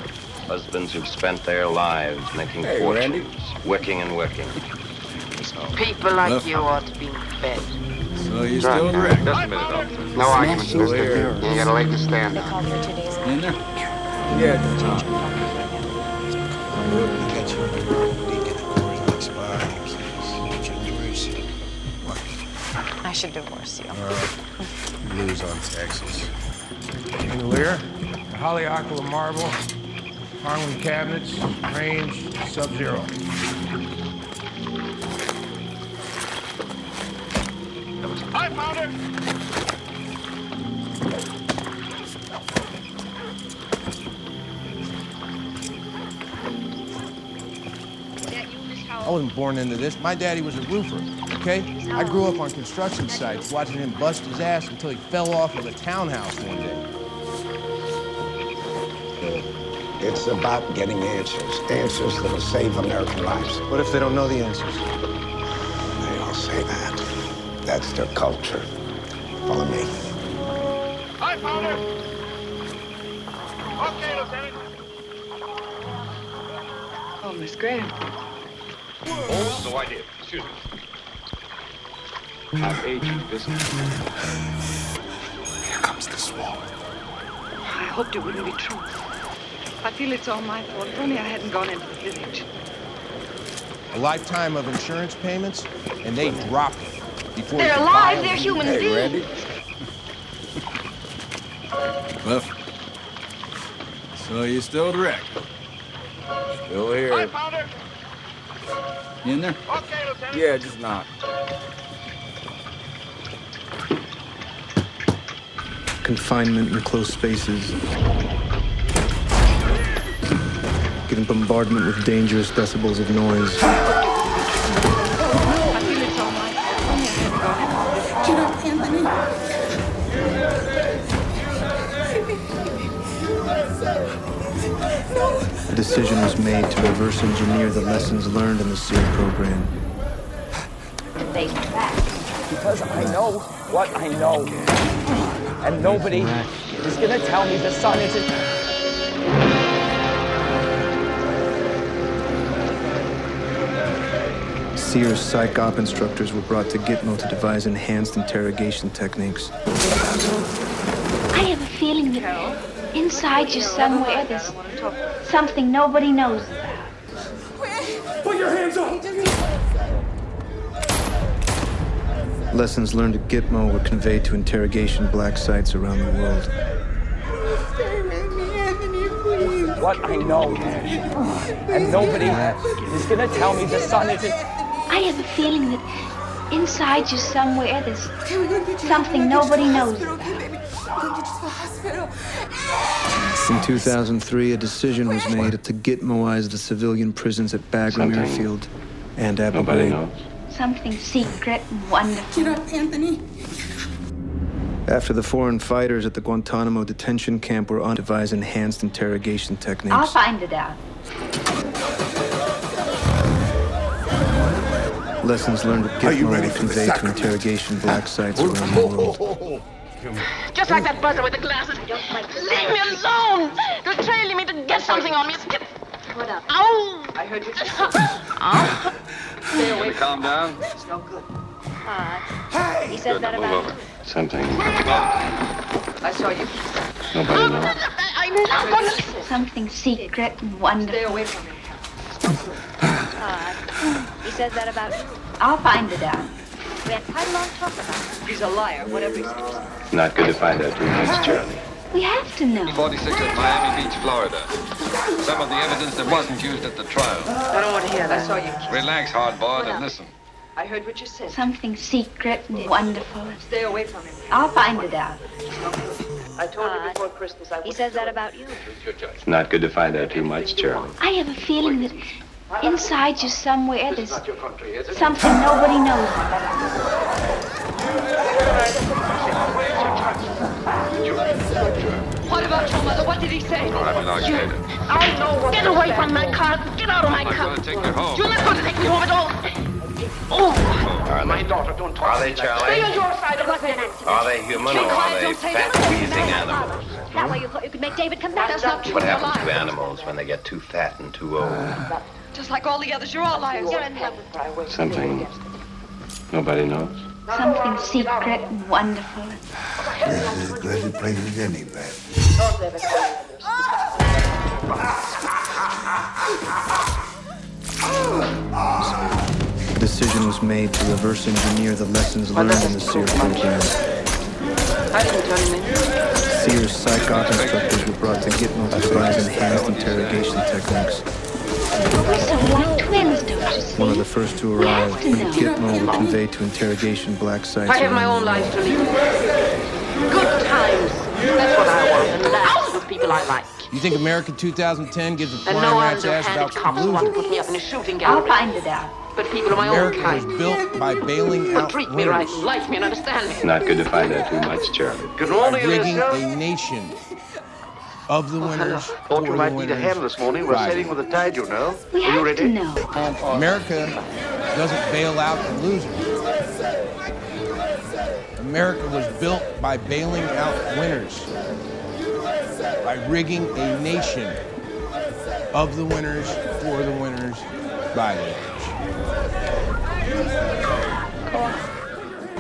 [SPEAKER 28] husbands who've spent their lives making
[SPEAKER 38] Hey,
[SPEAKER 28] fortunes, working and working.
[SPEAKER 37] People like
[SPEAKER 28] Left.
[SPEAKER 37] you ought to be in bed.
[SPEAKER 28] So
[SPEAKER 7] you still in
[SPEAKER 28] direct.
[SPEAKER 7] Just a minute, officer. No argument, mister. You got a leg to stand on.
[SPEAKER 6] For two days.
[SPEAKER 7] In there? Yeah.
[SPEAKER 6] I should divorce you.
[SPEAKER 41] Blues on Texas. Chandelier, Haleakala marble, Harlan cabinets, range sub-zero.
[SPEAKER 36] I found her!
[SPEAKER 9] I wasn't born into this. My daddy was a roofer, okay? I grew up on construction sites, watching him bust his ass until he fell off of a townhouse one day.
[SPEAKER 5] It's about getting answers, answers that'll save American lives.
[SPEAKER 9] What if they don't know the answers?
[SPEAKER 5] They all say that. That's their culture. Follow me.
[SPEAKER 36] I found her! Okay, Lieutenant.
[SPEAKER 11] Oh, Miss Graham.
[SPEAKER 3] Oh, no idea. Excuse me. I've aged this.
[SPEAKER 42] Here comes the swarm.
[SPEAKER 11] I hoped it wouldn't be true. I feel it's all my fault. If only I hadn't gone into the village.
[SPEAKER 9] A lifetime of insurance payments, and they dropped it before
[SPEAKER 25] They're
[SPEAKER 9] you could
[SPEAKER 25] alive.
[SPEAKER 9] file.
[SPEAKER 25] They're human Hey, beings. Randy.
[SPEAKER 7] Left. So you still direct. Still
[SPEAKER 36] I
[SPEAKER 7] here.
[SPEAKER 36] found her!
[SPEAKER 7] You in there?
[SPEAKER 36] Okay, Lieutenant.
[SPEAKER 7] Yeah, just not.
[SPEAKER 15] confinement in closed spaces, given bombardment with dangerous decibels of noise.
[SPEAKER 36] Get up, Anthony.
[SPEAKER 15] A decision was made to reverse engineer the lessons learned in the SEAL program.
[SPEAKER 25] To face the facts.
[SPEAKER 10] Because I know what I know. And nobody is gonna tell me the sun isn't.
[SPEAKER 15] SEAR's psych op instructors were brought to Gitmo to devise enhanced interrogation techniques.
[SPEAKER 25] I have a feeling that inside you somewhere there's something nobody knows about.
[SPEAKER 36] Put your hands up!
[SPEAKER 15] Lessons learned at Gitmo were conveyed to interrogation black sites around the world.
[SPEAKER 36] Stay with me, Anthony, please.
[SPEAKER 10] what I know. And nobody is gonna tell me the sun isn't.
[SPEAKER 25] I have a feeling that inside you somewhere there's something nobody knows.
[SPEAKER 15] In 2003, a decision was made to gitmoize the civilian prisons at Bagram
[SPEAKER 28] Something
[SPEAKER 15] Airfield and Abu Ghraib.
[SPEAKER 28] Nobody knows.
[SPEAKER 25] Something secret and wonderful. Get up, Anthony.
[SPEAKER 15] After the foreign fighters at the Guantanamo detention camp were on devise enhanced interrogation
[SPEAKER 25] I'll
[SPEAKER 15] techniques.
[SPEAKER 25] find it out.
[SPEAKER 15] Lessons learned at Are you Gitmo ready were for the conveyed to sacrament? interrogation black sites around the world.
[SPEAKER 11] Just like that buzzer with the glasses. Leave me alone! They're trailing me to get something on me. What up? Ow! I heard you. Ow! Stay away.
[SPEAKER 28] Calm down.
[SPEAKER 11] It's no good. Hi. He says that
[SPEAKER 28] Move over. Something.
[SPEAKER 11] I saw you.
[SPEAKER 28] Nobody knows.
[SPEAKER 11] I'm not gonna listen.
[SPEAKER 25] Something secret and wonderful. Stay away from me.
[SPEAKER 7] He says that about
[SPEAKER 25] I'll find it out.
[SPEAKER 7] We had quite a long talk about
[SPEAKER 11] He's a liar, whatever he says.
[SPEAKER 28] Not good to find out too much, Charlie.
[SPEAKER 25] We have to know.
[SPEAKER 5] 46 at Miami Beach, Florida. Some of the evidence that wasn't used at the trial.
[SPEAKER 11] I don't want to hear that. I saw you.
[SPEAKER 5] Relax, hardboiled, and listen.
[SPEAKER 11] I heard what you said.
[SPEAKER 25] Something secret and wonderful.
[SPEAKER 11] Stay away from him.
[SPEAKER 25] I'll find it out.
[SPEAKER 11] I told you before Christmas I He says that about you.
[SPEAKER 28] Not good to find out too much, Charlie.
[SPEAKER 25] I have a feeling that inside you somewhere there's
[SPEAKER 28] country, is
[SPEAKER 25] something nobody knows.
[SPEAKER 11] What about your mother? What did he say?
[SPEAKER 5] Don't have an argument.
[SPEAKER 11] I know what Get away from my car. Get out of my car.
[SPEAKER 5] I'll take you home.
[SPEAKER 11] You're not going to take me home at all. Oh,
[SPEAKER 28] My daughter, don't talk. Are they,
[SPEAKER 11] stay
[SPEAKER 28] Charlie?
[SPEAKER 11] on your side of the fence.
[SPEAKER 28] Are they human or are they fat, wheezing animals?
[SPEAKER 7] That way you thought you could make David come back. That's not
[SPEAKER 28] What happens to animals when they get too fat and too old?
[SPEAKER 11] Just like all the others, you're all liars. You're in love with
[SPEAKER 28] Something. Nobody knows.
[SPEAKER 25] Something secret and wonderful.
[SPEAKER 43] This is as good a place as any, man.
[SPEAKER 15] The decision was made to reverse engineer the lessons learned in the SEER program. SEER's psych op instructors were brought to Gitmo to devise enhanced interrogation techniques.
[SPEAKER 25] We're sort of like twins, don't you see?
[SPEAKER 15] One of the first to arrive, Gitmo were conveyed to interrogation black sites.
[SPEAKER 11] I have
[SPEAKER 15] around
[SPEAKER 11] my
[SPEAKER 15] the
[SPEAKER 11] own life to lead. Good times. That's what I want. And laughs with people I like.
[SPEAKER 9] You think America 2010 gives a
[SPEAKER 11] And
[SPEAKER 9] flying
[SPEAKER 11] no
[SPEAKER 9] rat's ass
[SPEAKER 11] underhanded
[SPEAKER 9] about
[SPEAKER 11] cops
[SPEAKER 9] collusion?
[SPEAKER 11] want to put me up in a shooting gallery. I'll find it out. But people of my own
[SPEAKER 9] America was
[SPEAKER 11] kind
[SPEAKER 9] built by bailing
[SPEAKER 11] would
[SPEAKER 9] out
[SPEAKER 11] treat me right
[SPEAKER 9] winners,
[SPEAKER 11] and like me and understand me.
[SPEAKER 28] Not good to find out too much, Charlie. Good
[SPEAKER 9] by rigging a nation of the winners.
[SPEAKER 44] Thought you
[SPEAKER 9] for
[SPEAKER 44] might
[SPEAKER 9] the
[SPEAKER 44] need a
[SPEAKER 9] winners
[SPEAKER 44] hand this morning. We're
[SPEAKER 9] by
[SPEAKER 44] sailing with the tide, you know.
[SPEAKER 25] We
[SPEAKER 44] Are you
[SPEAKER 25] have
[SPEAKER 44] ready?
[SPEAKER 25] to know.
[SPEAKER 9] Um, America doesn't bail out the losers. America was built by bailing out winners, by rigging a nation of the winners for the winners by the winners.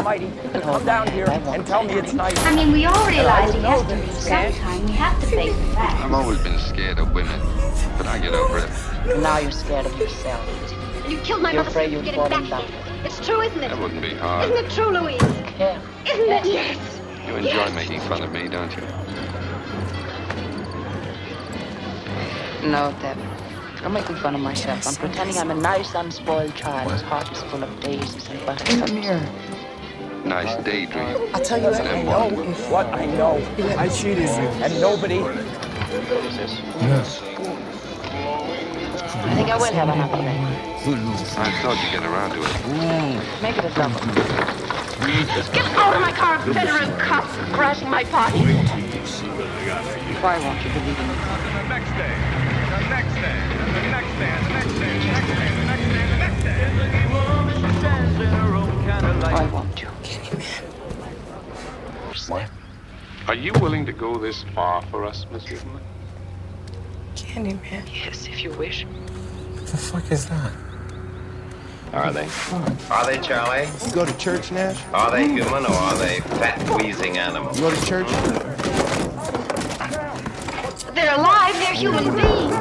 [SPEAKER 10] Mighty, come down here and tell me it's nice.
[SPEAKER 25] I mean, we all realize
[SPEAKER 10] I
[SPEAKER 25] it has to be sometime. We have to face the fact.
[SPEAKER 5] I've always been scared of women, but I get over it.
[SPEAKER 11] Now you're scared of yourself.
[SPEAKER 7] You killed my
[SPEAKER 11] You're
[SPEAKER 7] mother.
[SPEAKER 11] afraid
[SPEAKER 7] so you
[SPEAKER 11] you've
[SPEAKER 7] get
[SPEAKER 11] brought
[SPEAKER 7] it back
[SPEAKER 11] him back.
[SPEAKER 7] again. It's true, isn't it?
[SPEAKER 5] That wouldn't be
[SPEAKER 7] Isn't
[SPEAKER 5] hard.
[SPEAKER 7] it true, Louise? Yeah. Isn't it? Yes.
[SPEAKER 5] You enjoy making fun of me, don't you?
[SPEAKER 11] No, Deb. I'm making fun of myself. I'm pretending I'm a nice, unspoiled child whose heart is full of daisies and buttons. Come here.
[SPEAKER 5] Nice daydream.
[SPEAKER 10] I tell you what I know, what I know. I cheated you, and nobody.
[SPEAKER 11] I think I will have a happy night.
[SPEAKER 5] I thought you'd get around to it.
[SPEAKER 11] Make it a double. Get out of my car, federal cops crashing my party. Why won't you believe in me? Why won't you?
[SPEAKER 5] What? Are you willing to go this far for us, Miss Newton?
[SPEAKER 7] Candyman.
[SPEAKER 11] Yes, if you wish.
[SPEAKER 45] What the fuck is that?
[SPEAKER 28] Are they? Are they, Charlie?
[SPEAKER 9] You go to church, Nash?
[SPEAKER 28] Are they human or are they fat, wheezing animals?
[SPEAKER 9] You go to church?
[SPEAKER 7] They're alive. They're human beings.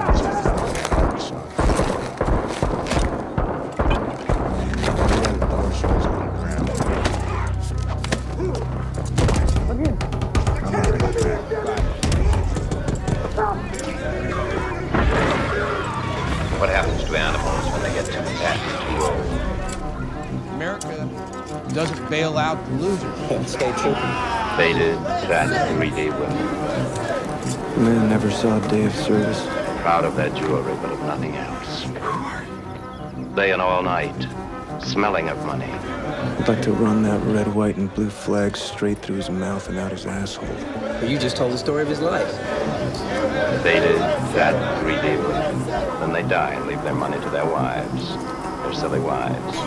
[SPEAKER 9] doesn't bail out the loser.
[SPEAKER 46] Stay true.
[SPEAKER 28] Faded, sad, greedy women.
[SPEAKER 15] The man never saw a day of service.
[SPEAKER 28] Proud of their jewelry, but of nothing else. Day and all night, smelling of money.
[SPEAKER 15] I'd like to run that red, white, and blue flag straight through his mouth and out his asshole.
[SPEAKER 10] But you just told the story of his life.
[SPEAKER 28] Faded, sad, greedy women. Then they die and leave their money to their wives. Their silly wives.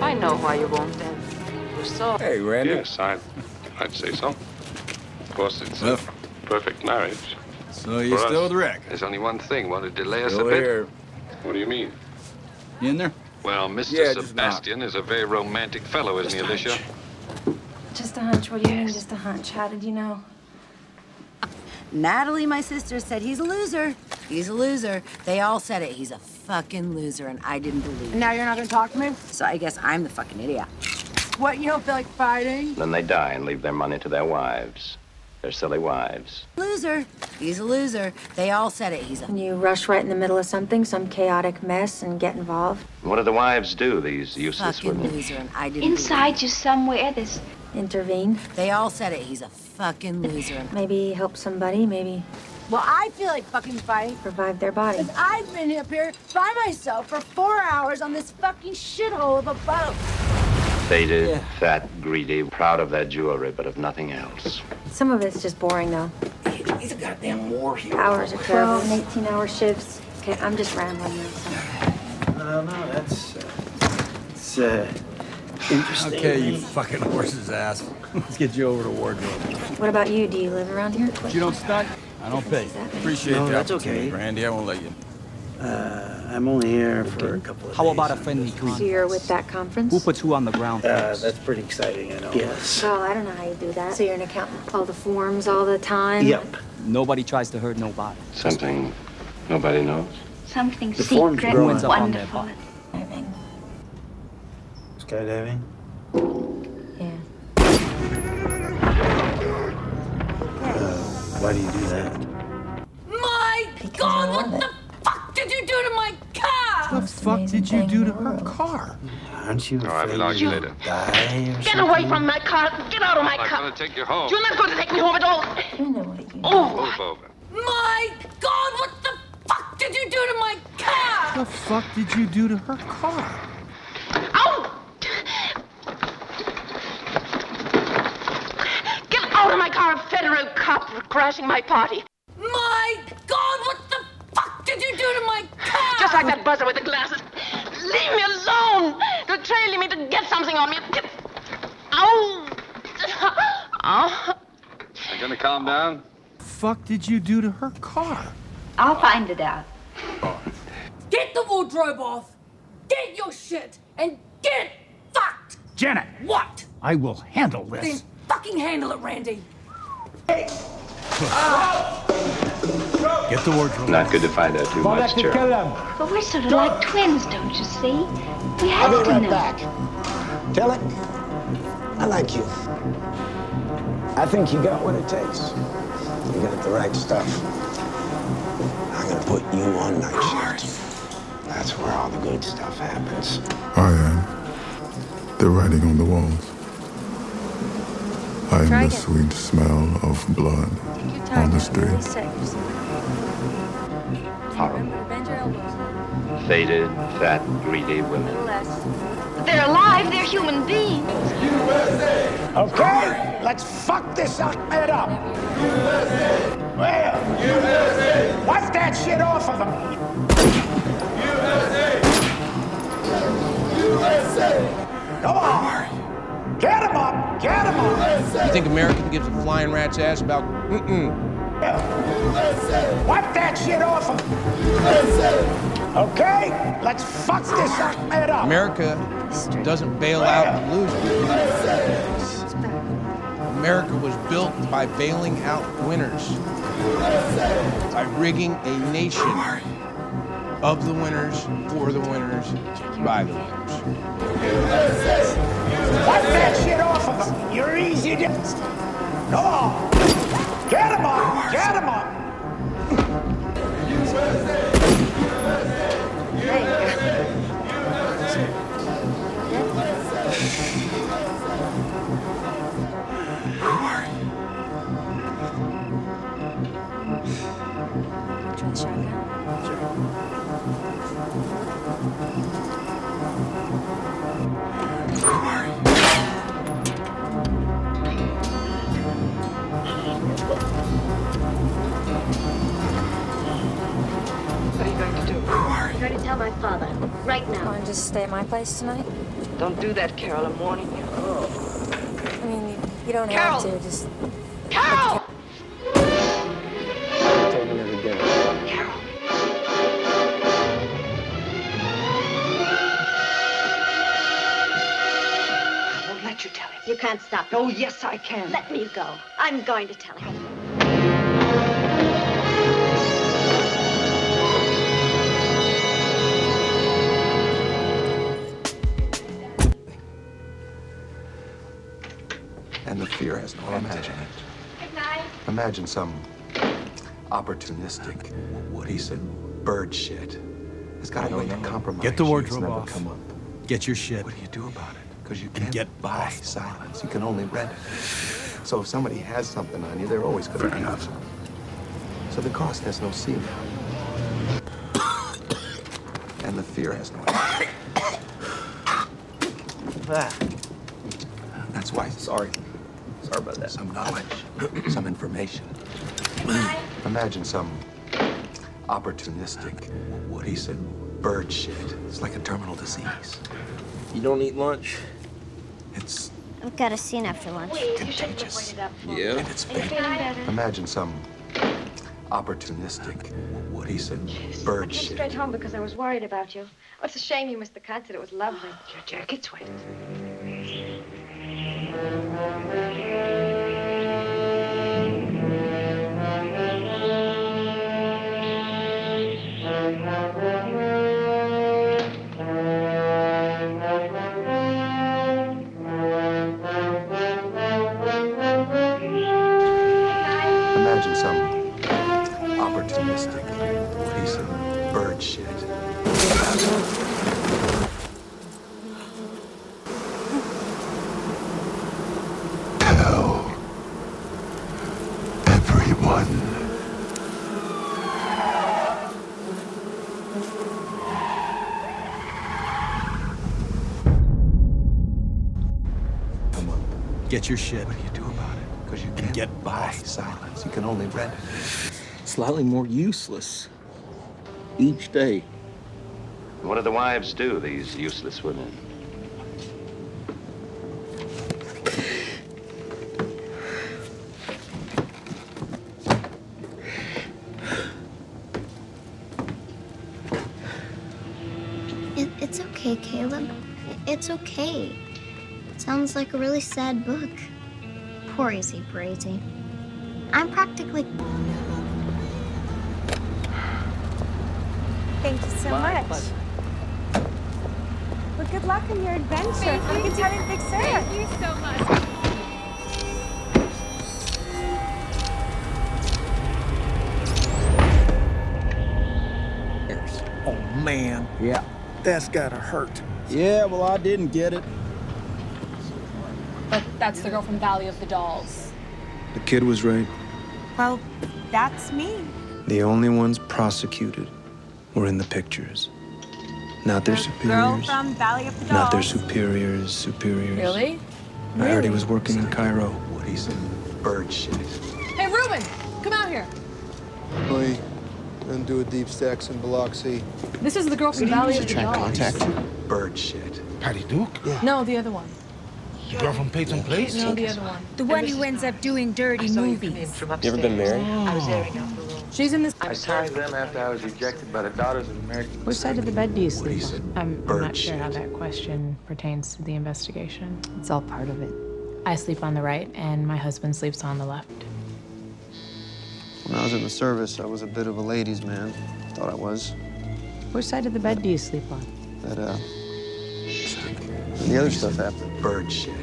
[SPEAKER 6] I know why you won't dance. You're so.
[SPEAKER 10] Hey, Randy.
[SPEAKER 7] Yes, I, I'd say so. Of course, it's a perfect marriage.
[SPEAKER 10] So you're
[SPEAKER 7] For
[SPEAKER 10] still
[SPEAKER 7] us.
[SPEAKER 10] the wreck.
[SPEAKER 7] There's only one thing. Want to delay us
[SPEAKER 10] Still
[SPEAKER 7] a bit?
[SPEAKER 10] here.
[SPEAKER 7] What do you mean?
[SPEAKER 10] You in there?
[SPEAKER 7] Well, Mr.
[SPEAKER 10] Yeah, just knock.
[SPEAKER 7] Sebastian is a very romantic fellow, isn't he, Alicia?
[SPEAKER 6] Just a hunch. What do you mean, just a hunch? How did you know?
[SPEAKER 47] Natalie, my sister, said he's a loser. He's a loser. They all said it. He's a fucking loser, and I didn't believe it.
[SPEAKER 11] Now you're not gonna talk to me?
[SPEAKER 47] So I guess I'm the fucking idiot.
[SPEAKER 11] What, you don't feel like fighting?
[SPEAKER 28] Then they die and leave their money to their wives. Their silly wives.
[SPEAKER 47] Loser. He's a loser. They all said it. He's a.
[SPEAKER 6] When you rush right in the middle of something, some chaotic mess, and get involved.
[SPEAKER 28] What do the wives do, these useless
[SPEAKER 47] Fucking
[SPEAKER 28] women?
[SPEAKER 47] loser, and I didn't.
[SPEAKER 6] Inside you somewhere, there's. Intervene.
[SPEAKER 47] They all said it. He's a fucking loser. And
[SPEAKER 6] Maybe help somebody, maybe
[SPEAKER 11] Well, I feel like fucking fighting.
[SPEAKER 6] revive their body.
[SPEAKER 11] Because I've been up here by myself for four hours on this fucking shithole of a boat.
[SPEAKER 28] Faded, fat, greedy, proud of their jewelry, but of nothing else.
[SPEAKER 6] Some of it's just boring, though.
[SPEAKER 10] He's a goddamn war hero.
[SPEAKER 6] Hours are terrible, and 18 hour shifts. Okay, I'm just rambling now. So.
[SPEAKER 10] No, no, that's. Uh, it's, uh. Interesting.
[SPEAKER 6] Okay, you fucking horse's ass. Let's get you over to wardrobe. What about you? Do you live around here? You don't stunt? I don't pay. Appreciate
[SPEAKER 10] no,
[SPEAKER 6] the
[SPEAKER 10] that's
[SPEAKER 6] opportunity,
[SPEAKER 10] okay.
[SPEAKER 6] Randy.
[SPEAKER 10] I won't let you. Uh, I'm only here for a couple of How about a friendly
[SPEAKER 6] So you're with that conference?
[SPEAKER 10] puts who on the ground? Uh, that's pretty exciting, I know. Yes.
[SPEAKER 6] Well, I don't know how you do that. So you're an accountant, all the forms all the time.
[SPEAKER 47] Nobody tries to hurt nobody.
[SPEAKER 28] Something nobody knows.
[SPEAKER 6] Something
[SPEAKER 47] The form's secret growing. and
[SPEAKER 6] wonderful.
[SPEAKER 10] Skydiving? Uh, Why do you do that?
[SPEAKER 8] My God, what the fuck did you do to my car?
[SPEAKER 10] fuck did you do to her car? Aren't you
[SPEAKER 7] All right, we'll argue later.
[SPEAKER 10] Die or
[SPEAKER 48] Get away from my car. Get out of my
[SPEAKER 7] I'm
[SPEAKER 48] car.
[SPEAKER 7] going to take you home.
[SPEAKER 48] You're not going to take me home at all. Oh,
[SPEAKER 7] Move over.
[SPEAKER 8] My God, what the fuck did you do to my car?
[SPEAKER 10] What the fuck did you do to her car?
[SPEAKER 48] get out of my car, federal cop for crashing my party.
[SPEAKER 8] My God, what the fuck did you do to my car?
[SPEAKER 48] Just like that buzzer with the glasses. Leave me alone. They're trailing me to get something on me. Get... Ow. Ow.
[SPEAKER 7] You going to calm down?
[SPEAKER 8] Oh,
[SPEAKER 10] Fuck did you do to her car?
[SPEAKER 25] I'll find it out.
[SPEAKER 8] Get the wardrobe off. Get your shit and get fucked.
[SPEAKER 10] Janet,
[SPEAKER 8] What?
[SPEAKER 10] I will handle
[SPEAKER 8] Then fucking handle it, Randy.
[SPEAKER 28] Get the wardrobe. Not good to find out too much, Gerald.
[SPEAKER 25] But we're sort of like twins, don't you see? We have
[SPEAKER 5] I'll be
[SPEAKER 25] to
[SPEAKER 5] right
[SPEAKER 25] know.
[SPEAKER 5] Tell it. I like you. I think you got what it takes. You got the right stuff. I'm gonna put you on night shift. That's where all the good stuff happens.
[SPEAKER 11] I am. The writing on the walls. I am
[SPEAKER 6] Try
[SPEAKER 11] the
[SPEAKER 6] again.
[SPEAKER 11] sweet smell of blood on the street.
[SPEAKER 28] Horrible. Faded, fat, greedy women.
[SPEAKER 8] They're alive. They're human beings.
[SPEAKER 5] Okay, let's fuck this Ahmed up. Well, wipe that shit off of him.
[SPEAKER 9] Come on! Get him up! Get him up! You think America can give a flying rat's ass about mm-mm?
[SPEAKER 5] Wipe that shit off him. Okay, let's fuck this Ahmed up.
[SPEAKER 9] America doesn't bail out the losers. America was built by bailing out winners, by rigging a nation of the winners for the winners by the winners.
[SPEAKER 10] Wipe that shit off of him. You're easy to. No! Get him up! Get him up!
[SPEAKER 6] Try the shotgun.
[SPEAKER 11] What are you going to do?
[SPEAKER 6] I'm going to tell my father right now. Going to stay at my place tonight?
[SPEAKER 11] Don't do that, Carol. I'm warning you.
[SPEAKER 7] Oh.
[SPEAKER 6] I mean, you, you don't have to. Just
[SPEAKER 11] Carol!
[SPEAKER 49] Taking her to dinner.
[SPEAKER 11] I won't let you tell him.
[SPEAKER 6] you can't stop.
[SPEAKER 11] Oh, yes, I can.
[SPEAKER 6] Let me go. I'm going to tell him.
[SPEAKER 5] And the fear has no end. Imagine it. Imagine some opportunistic piece of bird shit. There's got to be a way to compromise.
[SPEAKER 50] Get the
[SPEAKER 5] you.
[SPEAKER 50] wardrobe
[SPEAKER 5] It's never
[SPEAKER 50] off.
[SPEAKER 5] Come up.
[SPEAKER 50] Get your shit.
[SPEAKER 5] What do you do about it? Because you can't get buy silence. You can only rent it. So if somebody has something on you, they're always going to be enough. So the cost has no ceiling. and the fear has no end. That's why. Sorry. Sorry about that. Some knowledge, some information. Imagine some opportunistic piece of bird shit. It's like a terminal disease.
[SPEAKER 6] You don't eat lunch?
[SPEAKER 5] It's.
[SPEAKER 7] I've got a scene after lunch.
[SPEAKER 5] Contagious.
[SPEAKER 6] Yeah.
[SPEAKER 5] And it's big. Imagine some opportunistic piece of bird shit.
[SPEAKER 7] Straight home because I was worried about you. Oh, it's a shame you missed the concert. It was lovely. Your jacket's wet.
[SPEAKER 5] Imagine some opportunistic piece of bird shit. Tell everyone.
[SPEAKER 50] Get your shit.
[SPEAKER 5] What do you do about it? Because you can't get buy silence. You can only rent it.
[SPEAKER 6] Slightly more useless. Each day.
[SPEAKER 28] What do the wives do, these useless women?
[SPEAKER 7] It, it's okay, Caleb. It's okay. Sounds like a really sad book. Poor Izzy Brazy. I'm practically.
[SPEAKER 8] Thank you so much. Well, good luck on your adventure.
[SPEAKER 13] Thank
[SPEAKER 8] Have a
[SPEAKER 13] you.
[SPEAKER 8] good time in Big Sur.
[SPEAKER 13] Thank you so much.
[SPEAKER 50] Oh, man.
[SPEAKER 6] Yeah.
[SPEAKER 50] That's gotta hurt.
[SPEAKER 6] Yeah, well, I didn't get it.
[SPEAKER 13] But that's the girl from Valley of the Dolls.
[SPEAKER 15] The kid was right.
[SPEAKER 8] Well, that's me.
[SPEAKER 15] The only ones prosecuted were in the pictures. Not their
[SPEAKER 8] Girl
[SPEAKER 15] superiors.
[SPEAKER 8] from Valley of the Dolls.
[SPEAKER 15] Not their superiors, superiors. I heard he was working in Cairo.
[SPEAKER 5] What he's in bird shit.
[SPEAKER 13] Hey, Ruben, come out here.
[SPEAKER 51] Oi, undo a deep sex in Biloxi.
[SPEAKER 13] This is the girl from Valley of the Dolls.
[SPEAKER 5] Bird shit.
[SPEAKER 51] Patty Duke?
[SPEAKER 13] No, the other one.
[SPEAKER 51] The girl from Peyton
[SPEAKER 13] No, the other one.
[SPEAKER 8] The one who ends up doing dirty movies.
[SPEAKER 51] You ever been married?
[SPEAKER 13] I was airing out the room. She's in this.
[SPEAKER 51] I signed them after I was rejected by the daughters of American.
[SPEAKER 2] Which side of the bed do you sleep on? I'm, I'm not sure how that question pertains to the investigation. It's all part of it. I sleep on the right, and my husband sleeps on the left.
[SPEAKER 51] When I was in the service, I was a bit of a ladies' man. Thought I was.
[SPEAKER 2] Which side of the bed do you sleep on?
[SPEAKER 51] That, uh.
[SPEAKER 15] The other stuff happened.
[SPEAKER 52] Bird shit.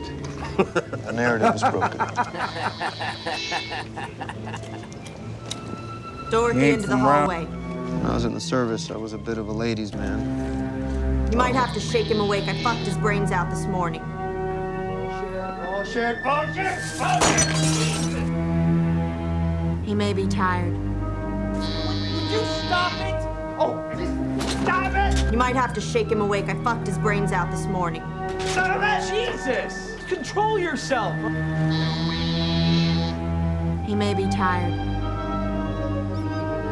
[SPEAKER 15] The narrative was broken.
[SPEAKER 12] Dorothy into the hallway.
[SPEAKER 15] When I was in the service, I was a bit of a ladies' man.
[SPEAKER 12] You might have to shake him awake. I fucked his brains out this morning.
[SPEAKER 10] Bullshit, bullshit, bullshit!
[SPEAKER 12] He may be tired.
[SPEAKER 10] Would you stop it? Oh, just stop it!
[SPEAKER 12] You might have to shake him awake. I fucked his brains out this morning.
[SPEAKER 10] Stop it! Jesus! Control yourself!
[SPEAKER 12] He may be tired.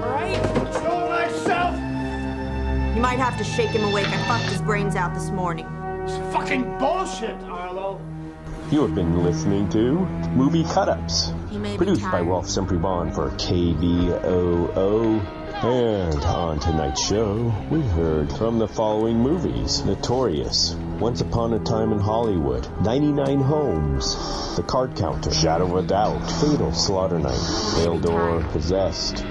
[SPEAKER 10] Alright? Control myself!
[SPEAKER 12] You might have to shake him awake. I fucked his brains out this morning.
[SPEAKER 10] It's fucking bullshit, Arlo!
[SPEAKER 3] You have been listening to Movie Cut Ups,
[SPEAKER 12] He may be
[SPEAKER 3] produced by
[SPEAKER 12] tired.
[SPEAKER 3] Rolf Semper Bond for KVOO. And on tonight's show, we heard from the following movies Notorious, Once Upon a Time in Hollywood, 99 Homes, The Card Counter, Shadow of a Doubt, Fatal Slaughter Night, Eldor Possessed,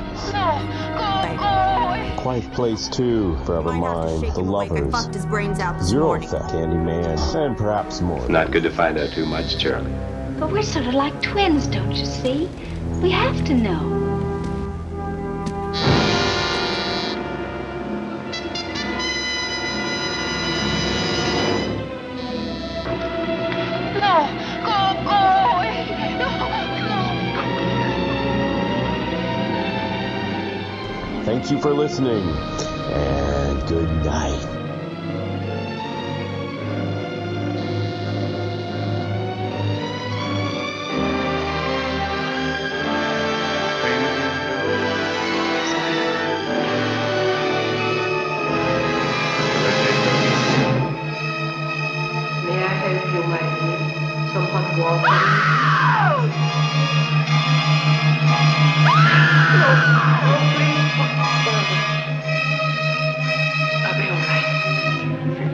[SPEAKER 3] Quiet Place 2, Forever Mine, The Lovers,
[SPEAKER 12] Fucked his brains out this
[SPEAKER 3] Zero
[SPEAKER 12] morning.
[SPEAKER 3] Theft, Candyman, and perhaps more.
[SPEAKER 28] Not good to find out too much, Charlie.
[SPEAKER 25] But we're sort of like twins, don't you see? We have to know.
[SPEAKER 53] No, go, go away. No,
[SPEAKER 3] Thank you for listening, and good night.
[SPEAKER 54] May I help you, my dear? Some hot water?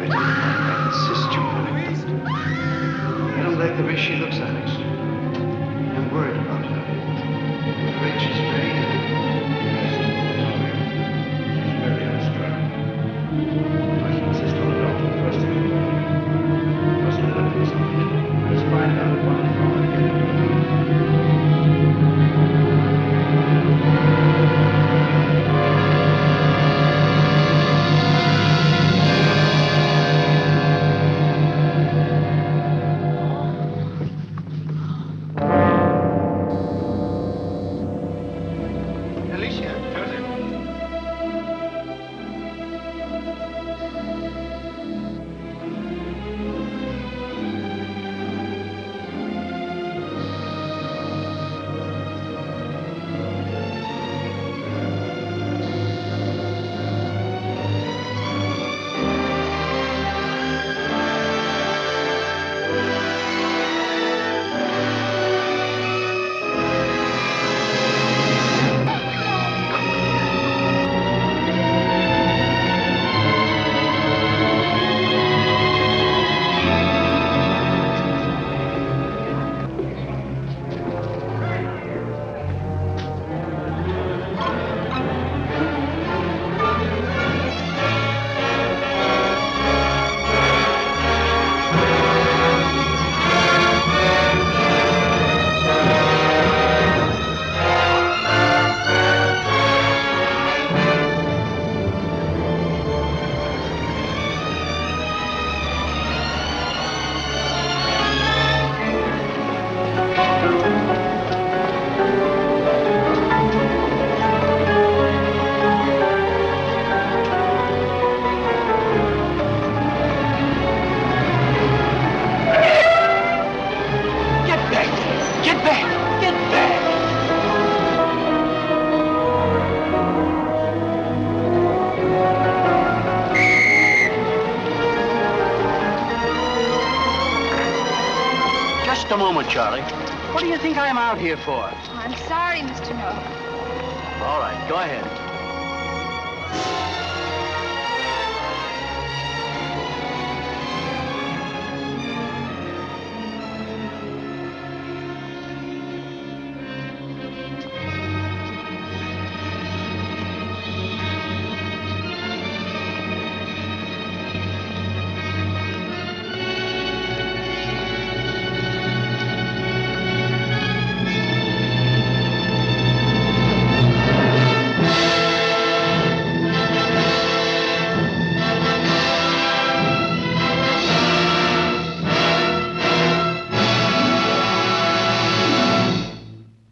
[SPEAKER 7] insist you put it. I don't like the way she looks at us. I'm worried about her. The way she's very. very unstrung. I insist on a doctor first of all. First of all, let's let's find out what is wrong Alicia, Joseph.
[SPEAKER 10] Get back! Get back! Get back!
[SPEAKER 8] Just a moment, Charlie. What do you think I'm out here for?
[SPEAKER 25] I'm sorry, Mr. Noah.
[SPEAKER 8] All right, go ahead.